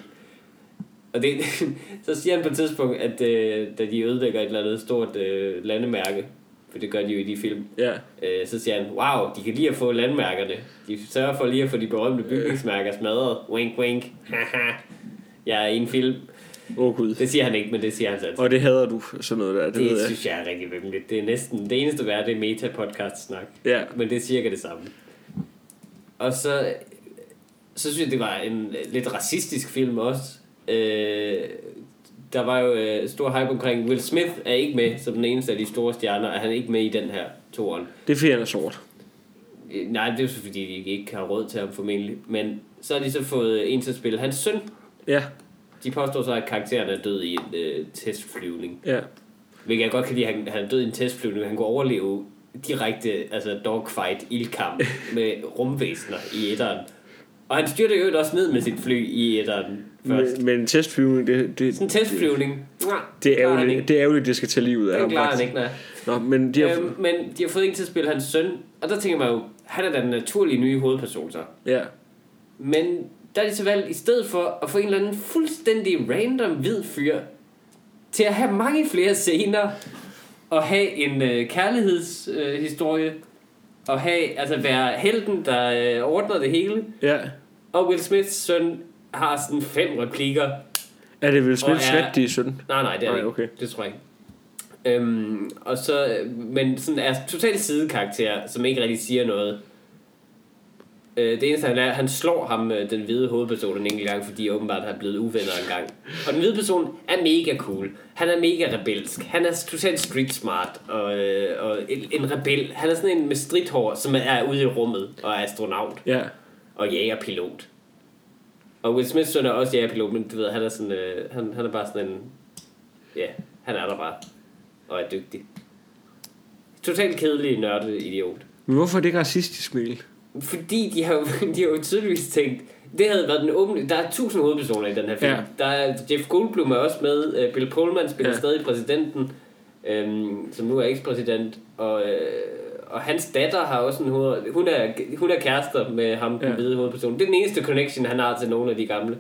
[SPEAKER 2] Og det, så siger han på et tidspunkt, at øh, da de ødelægger et eller andet stort øh, landemærke, for det gør de jo i de film,
[SPEAKER 1] ja.
[SPEAKER 2] Øh, så siger han, wow, de kan lige at få landmærkerne. De sørger for lige at få de berømte bygningsmærker smadret. Wink, wink. Haha. jeg er i en film.
[SPEAKER 1] Åh oh, gud.
[SPEAKER 2] Det siger han ikke, men det siger han selv.
[SPEAKER 1] Og det hader du, sådan noget der. Det,
[SPEAKER 2] Det
[SPEAKER 1] ved jeg.
[SPEAKER 2] synes jeg er rigtig vimmeligt. Det er næsten det eneste værd, det er meta-podcast-snak.
[SPEAKER 1] Ja.
[SPEAKER 2] Men det er cirka det samme. Og så, så synes jeg, det var en lidt racistisk film også. Øh, der var jo øh, stor hype omkring, Will Smith er ikke med som den eneste af de store stjerner, og han er ikke med i den her toren.
[SPEAKER 1] Det er fordi, han er sort.
[SPEAKER 2] Øh, Nej, det er jo så fordi, de ikke har råd til ham formentlig. Men så har de så fået en til at spille hans søn.
[SPEAKER 1] Ja,
[SPEAKER 2] De påstår så, at karakteren er død i en øh, testflyvning.
[SPEAKER 1] ja.
[SPEAKER 2] Hvilket jeg godt kan lide, at han, han er død i en testflyvning. men Han kunne overleve direkte altså dogfight ildkamp med rumvæsener i etteren. Og han styrte jo også ned med sit fly i etteren
[SPEAKER 1] Mm.
[SPEAKER 2] først.
[SPEAKER 1] Men, men testflyvning, det, det,
[SPEAKER 2] Sådan en testflyvning.
[SPEAKER 1] det, er
[SPEAKER 2] klarer han ikke.
[SPEAKER 1] ærgerligt, det er ærgerligt, det skal tage livet af
[SPEAKER 2] Den
[SPEAKER 1] ham.
[SPEAKER 2] klarer han
[SPEAKER 1] faktisk.
[SPEAKER 2] ikke, nej.
[SPEAKER 1] Nå, men de har...
[SPEAKER 2] Øhm, men de har fået en til at spille hans søn. Og der tænker man jo, han er da den naturlige nye hovedperson så.
[SPEAKER 1] Ja.
[SPEAKER 2] Men der er de så valgt, i stedet for at få en eller anden fuldstændig random hvid fyr, til at have mange flere scener, og have en øh, kærlighedshistorie, øh, historie, og have, altså være helten, der øh, ordner det hele.
[SPEAKER 1] ja.
[SPEAKER 2] Og Will Smiths søn har sådan fem replikker.
[SPEAKER 1] Er det Will Smiths
[SPEAKER 2] Og er-
[SPEAKER 1] rigtige søn?
[SPEAKER 2] Nej, nej, det er
[SPEAKER 1] Nej,
[SPEAKER 2] det ikke.
[SPEAKER 1] okay.
[SPEAKER 2] Det tror jeg ikke. Øhm, og så, øh, men sådan er totalt sidekarakter, som ikke rigtig siger noget. Øh, det eneste han er, han slår ham, øh, den hvide hovedperson, en enkelt gang, fordi de åbenbart har blevet uvenner en gang. Og den hvide person er mega cool. Han er mega rebelsk. Han er totalt street smart og, øh, og en, en rebel. Han er sådan en med stridthår, som er ude i rummet og er astronaut
[SPEAKER 1] Ja.
[SPEAKER 2] og jagerpilot. Og Will Smiths søn er også jagerpilot, men du ved, han er sådan, øh, han, han er bare sådan en, ja, han er der bare, og er dygtig. Totalt kedelig nørdet idiot.
[SPEAKER 1] Men hvorfor er det ikke racistisk, Mikkel?
[SPEAKER 2] Fordi de har, jo- de har jo tydeligvis tænkt, det havde været den åbne... Der er tusind hovedpersoner i den her film. Ja.
[SPEAKER 1] Ja.
[SPEAKER 2] Der er Jeff Goldblum er også med. øh, Bill Pullman spiller ja.
[SPEAKER 1] Ja.
[SPEAKER 2] stadig præsidenten, øhm, som nu er ekspræsident. Og, øh, og hans datter har også en hoved... Hun er, hun er kærester med ham, den
[SPEAKER 1] Ja.
[SPEAKER 2] ja. hvide hovedperson. Det er den eneste connection, han har til nogle af de gamle.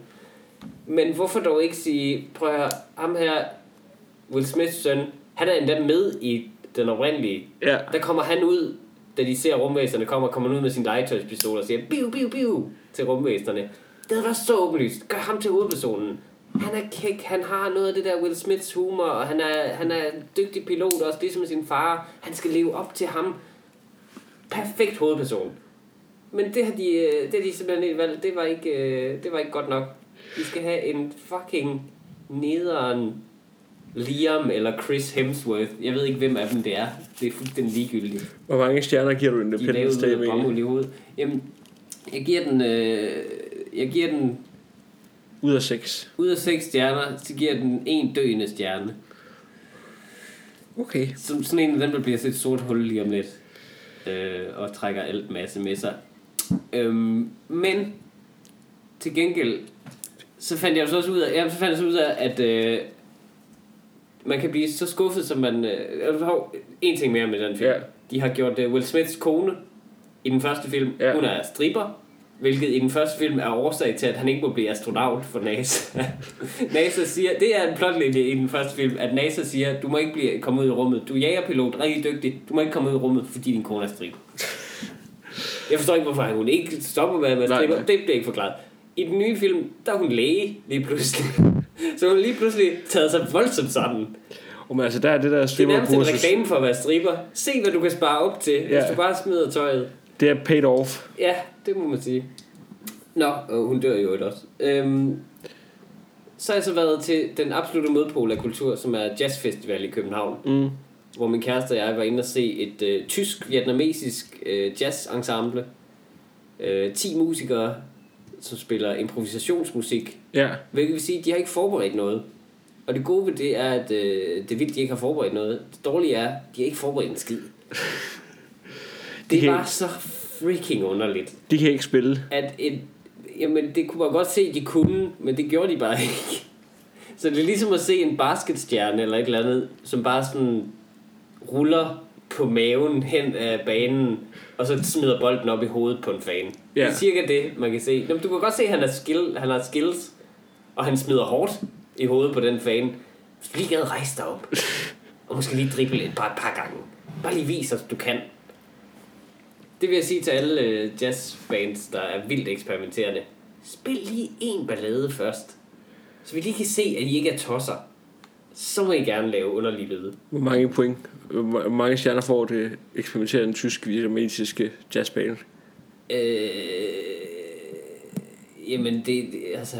[SPEAKER 2] Men hvorfor dog ikke sige, prøv at høre, ham her, Will Smiths søn, han er endda med i den oprindelige.
[SPEAKER 1] Ja.
[SPEAKER 2] Der kommer han ud, da de ser rumvæserne kommer, kommer han ud med sin legetøjspistol og siger, biu, biu, biu, til rumvæserne. Det havde været så åbenlyst. Gør ham til hovedpersonen. Han er kæk, han har noget af det der Will Smiths humor, og han er, han er en dygtig pilot, også ligesom sin far. Han skal leve op til ham. Perfekt hovedperson. Men det har de, øh, det har de simpelthen ikke valgt. Det var ikke, øh, det var ikke godt nok. Vi skal have en fucking nederen Liam eller Chris Hemsworth. Jeg ved ikke, hvem af dem det er. Det er fuldstændig ligegyldigt.
[SPEAKER 1] Hvor mange stjerner giver du
[SPEAKER 2] De er lavet
[SPEAKER 1] Independence
[SPEAKER 2] ud
[SPEAKER 1] Day
[SPEAKER 2] af
[SPEAKER 1] med?
[SPEAKER 2] bramul i hovedet. Jamen, jeg giver den... Øh, jeg giver den...
[SPEAKER 1] Ud af 6.
[SPEAKER 2] Ud af seks stjerner, så giver jeg den en døende stjerne.
[SPEAKER 1] Okay.
[SPEAKER 2] Som sådan en af dem, der bliver til et sort hul lige om lidt. Øh, og trækker alt masse med sig. Øhm, men til gengæld, så fandt jeg jo så også ud af, ja, så fandt jeg så ud af at øh, man kan blive så skuffet, som man... Øh, altså, hov, en ting mere med den film.
[SPEAKER 1] Ja.
[SPEAKER 2] De har gjort øh, Will Smiths kone i den første film.
[SPEAKER 1] Ja.
[SPEAKER 2] Hun er stripper. Hvilket i den første film er årsag til, at han ikke må blive astronaut for NASA. NASA siger, det er en plotlinje i den første film, at NASA siger, du må ikke blive, komme ud i rummet. Du er jagerpilot, rigtig dygtig. Du må ikke komme ud i rummet, fordi din kone er stripper. Jeg forstår ikke, hvorfor hun ikke stopper med at være
[SPEAKER 1] Nej,
[SPEAKER 2] stripper.
[SPEAKER 1] nej.
[SPEAKER 2] Det bliver ikke forklaret. I den nye film, der er hun læge lige pludselig. Så hun har lige pludselig taget sig voldsomt sammen.
[SPEAKER 1] Og men altså, der er det der
[SPEAKER 2] Det er
[SPEAKER 1] stripper
[SPEAKER 2] nærmest en reklame for at være stripper. Se, hvad du kan spare op til, hvis
[SPEAKER 1] Ja.
[SPEAKER 2] du bare smider tøjet.
[SPEAKER 1] Det er paid off.
[SPEAKER 2] Ja, det må man sige. Nå, og hun dør jo også. Øhm, så har jeg så været til den absolutte modpol af kultur, som er jazzfestival i København.
[SPEAKER 1] Mm.
[SPEAKER 2] Hvor min kæreste og jeg var inde og se et øh, tysk-vietnamesisk øh, jazzensemble. Øh, 10 musikere, som spiller improvisationsmusik.
[SPEAKER 1] Ja.
[SPEAKER 2] Hvilket vil sige, at de har ikke forberedt noget. Og det gode ved det er, at øh, det er vildt, de ikke har forberedt noget. Det dårlige er, at de har ikke forberedt en skid. Det
[SPEAKER 1] kan
[SPEAKER 2] var
[SPEAKER 1] ikke-
[SPEAKER 2] så freaking underligt
[SPEAKER 1] De kan ikke spille.
[SPEAKER 2] at et, jamen, det kunne man godt se, de kunne, men det gjorde de bare ikke. Så det er ligesom at se en basketstjerne eller et eller andet, som bare sådan ruller på maven hen af banen, og så smider bolden op i hovedet på en fan. Ja. Det
[SPEAKER 1] Ja.
[SPEAKER 2] er cirka det, man kan se. Nå, men du kan godt se, at han, er skill, han har skills, og han smider hårdt i hovedet på den fan. Hvis du lige gad rejse dig op, og måske lige drible et par, et par gange. Bare lige vis os, du kan. Det vil jeg sige til alle øh, jazzbands, der er vildt eksperimenterende. Spil lige en ballade først. Så vi lige kan se, at I ikke er tosser. Så må I gerne lave underlige lyde.
[SPEAKER 1] Hvor mange point, hvor mange stjerner får det eksperimenterende tysk vietnamesiske jazzband?
[SPEAKER 2] Øh, jamen, det, det, altså,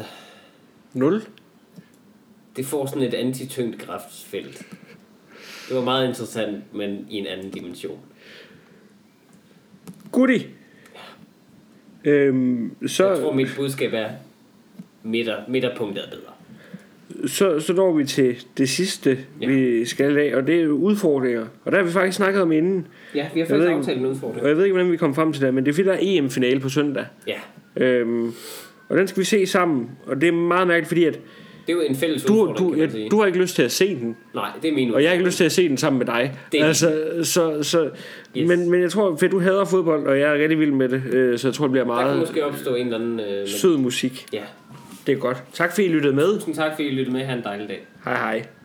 [SPEAKER 1] 0?
[SPEAKER 2] det får sådan et antityngd kraftfelt. Det var meget interessant, men i en anden dimension.
[SPEAKER 1] Goodie! Øhm, så,
[SPEAKER 2] Jeg tror, mit budskab er, midter, midterpunktet er bedre.
[SPEAKER 1] så, så når vi til det sidste,
[SPEAKER 2] Ja.
[SPEAKER 1] vi skal af, og det er jo udfordringer. Og der har vi faktisk snakket om inden,
[SPEAKER 2] Ja, vi
[SPEAKER 1] ved
[SPEAKER 2] har faktisk
[SPEAKER 1] ikke-
[SPEAKER 2] aftalt en
[SPEAKER 1] og
[SPEAKER 2] udfordring.
[SPEAKER 1] jeg ved ikke, hvordan vi kom frem til det, men det er fordi, der er EM-finale på søndag.
[SPEAKER 2] Ja,
[SPEAKER 1] Øhm, og den skal vi se sammen, og det er meget mærkeligt, fordi at
[SPEAKER 2] det er jo en fælles
[SPEAKER 1] du,
[SPEAKER 2] udfordring,
[SPEAKER 1] du,
[SPEAKER 2] kan man sige.
[SPEAKER 1] ja, du har ikke lyst til at se den,
[SPEAKER 2] Nej, det er min
[SPEAKER 1] Og jeg har ikke lyst til at se den sammen med dig.
[SPEAKER 2] Det
[SPEAKER 1] Det
[SPEAKER 2] er
[SPEAKER 1] altså, så, så,
[SPEAKER 2] Yes.
[SPEAKER 1] yes. men, men jeg tror, for du hader fodbold, og jeg er rigtig vild med det, øh, så jeg tror, det bliver
[SPEAKER 2] Der kan
[SPEAKER 1] meget
[SPEAKER 2] måske opstå en eller anden... Øh,
[SPEAKER 1] sød musik.
[SPEAKER 2] ja.
[SPEAKER 1] Det er godt. Tak fordi I lyttede med.
[SPEAKER 2] Tusind tak, fordi I lyttede med. Ha' en dejlig dag.
[SPEAKER 1] Hej hej.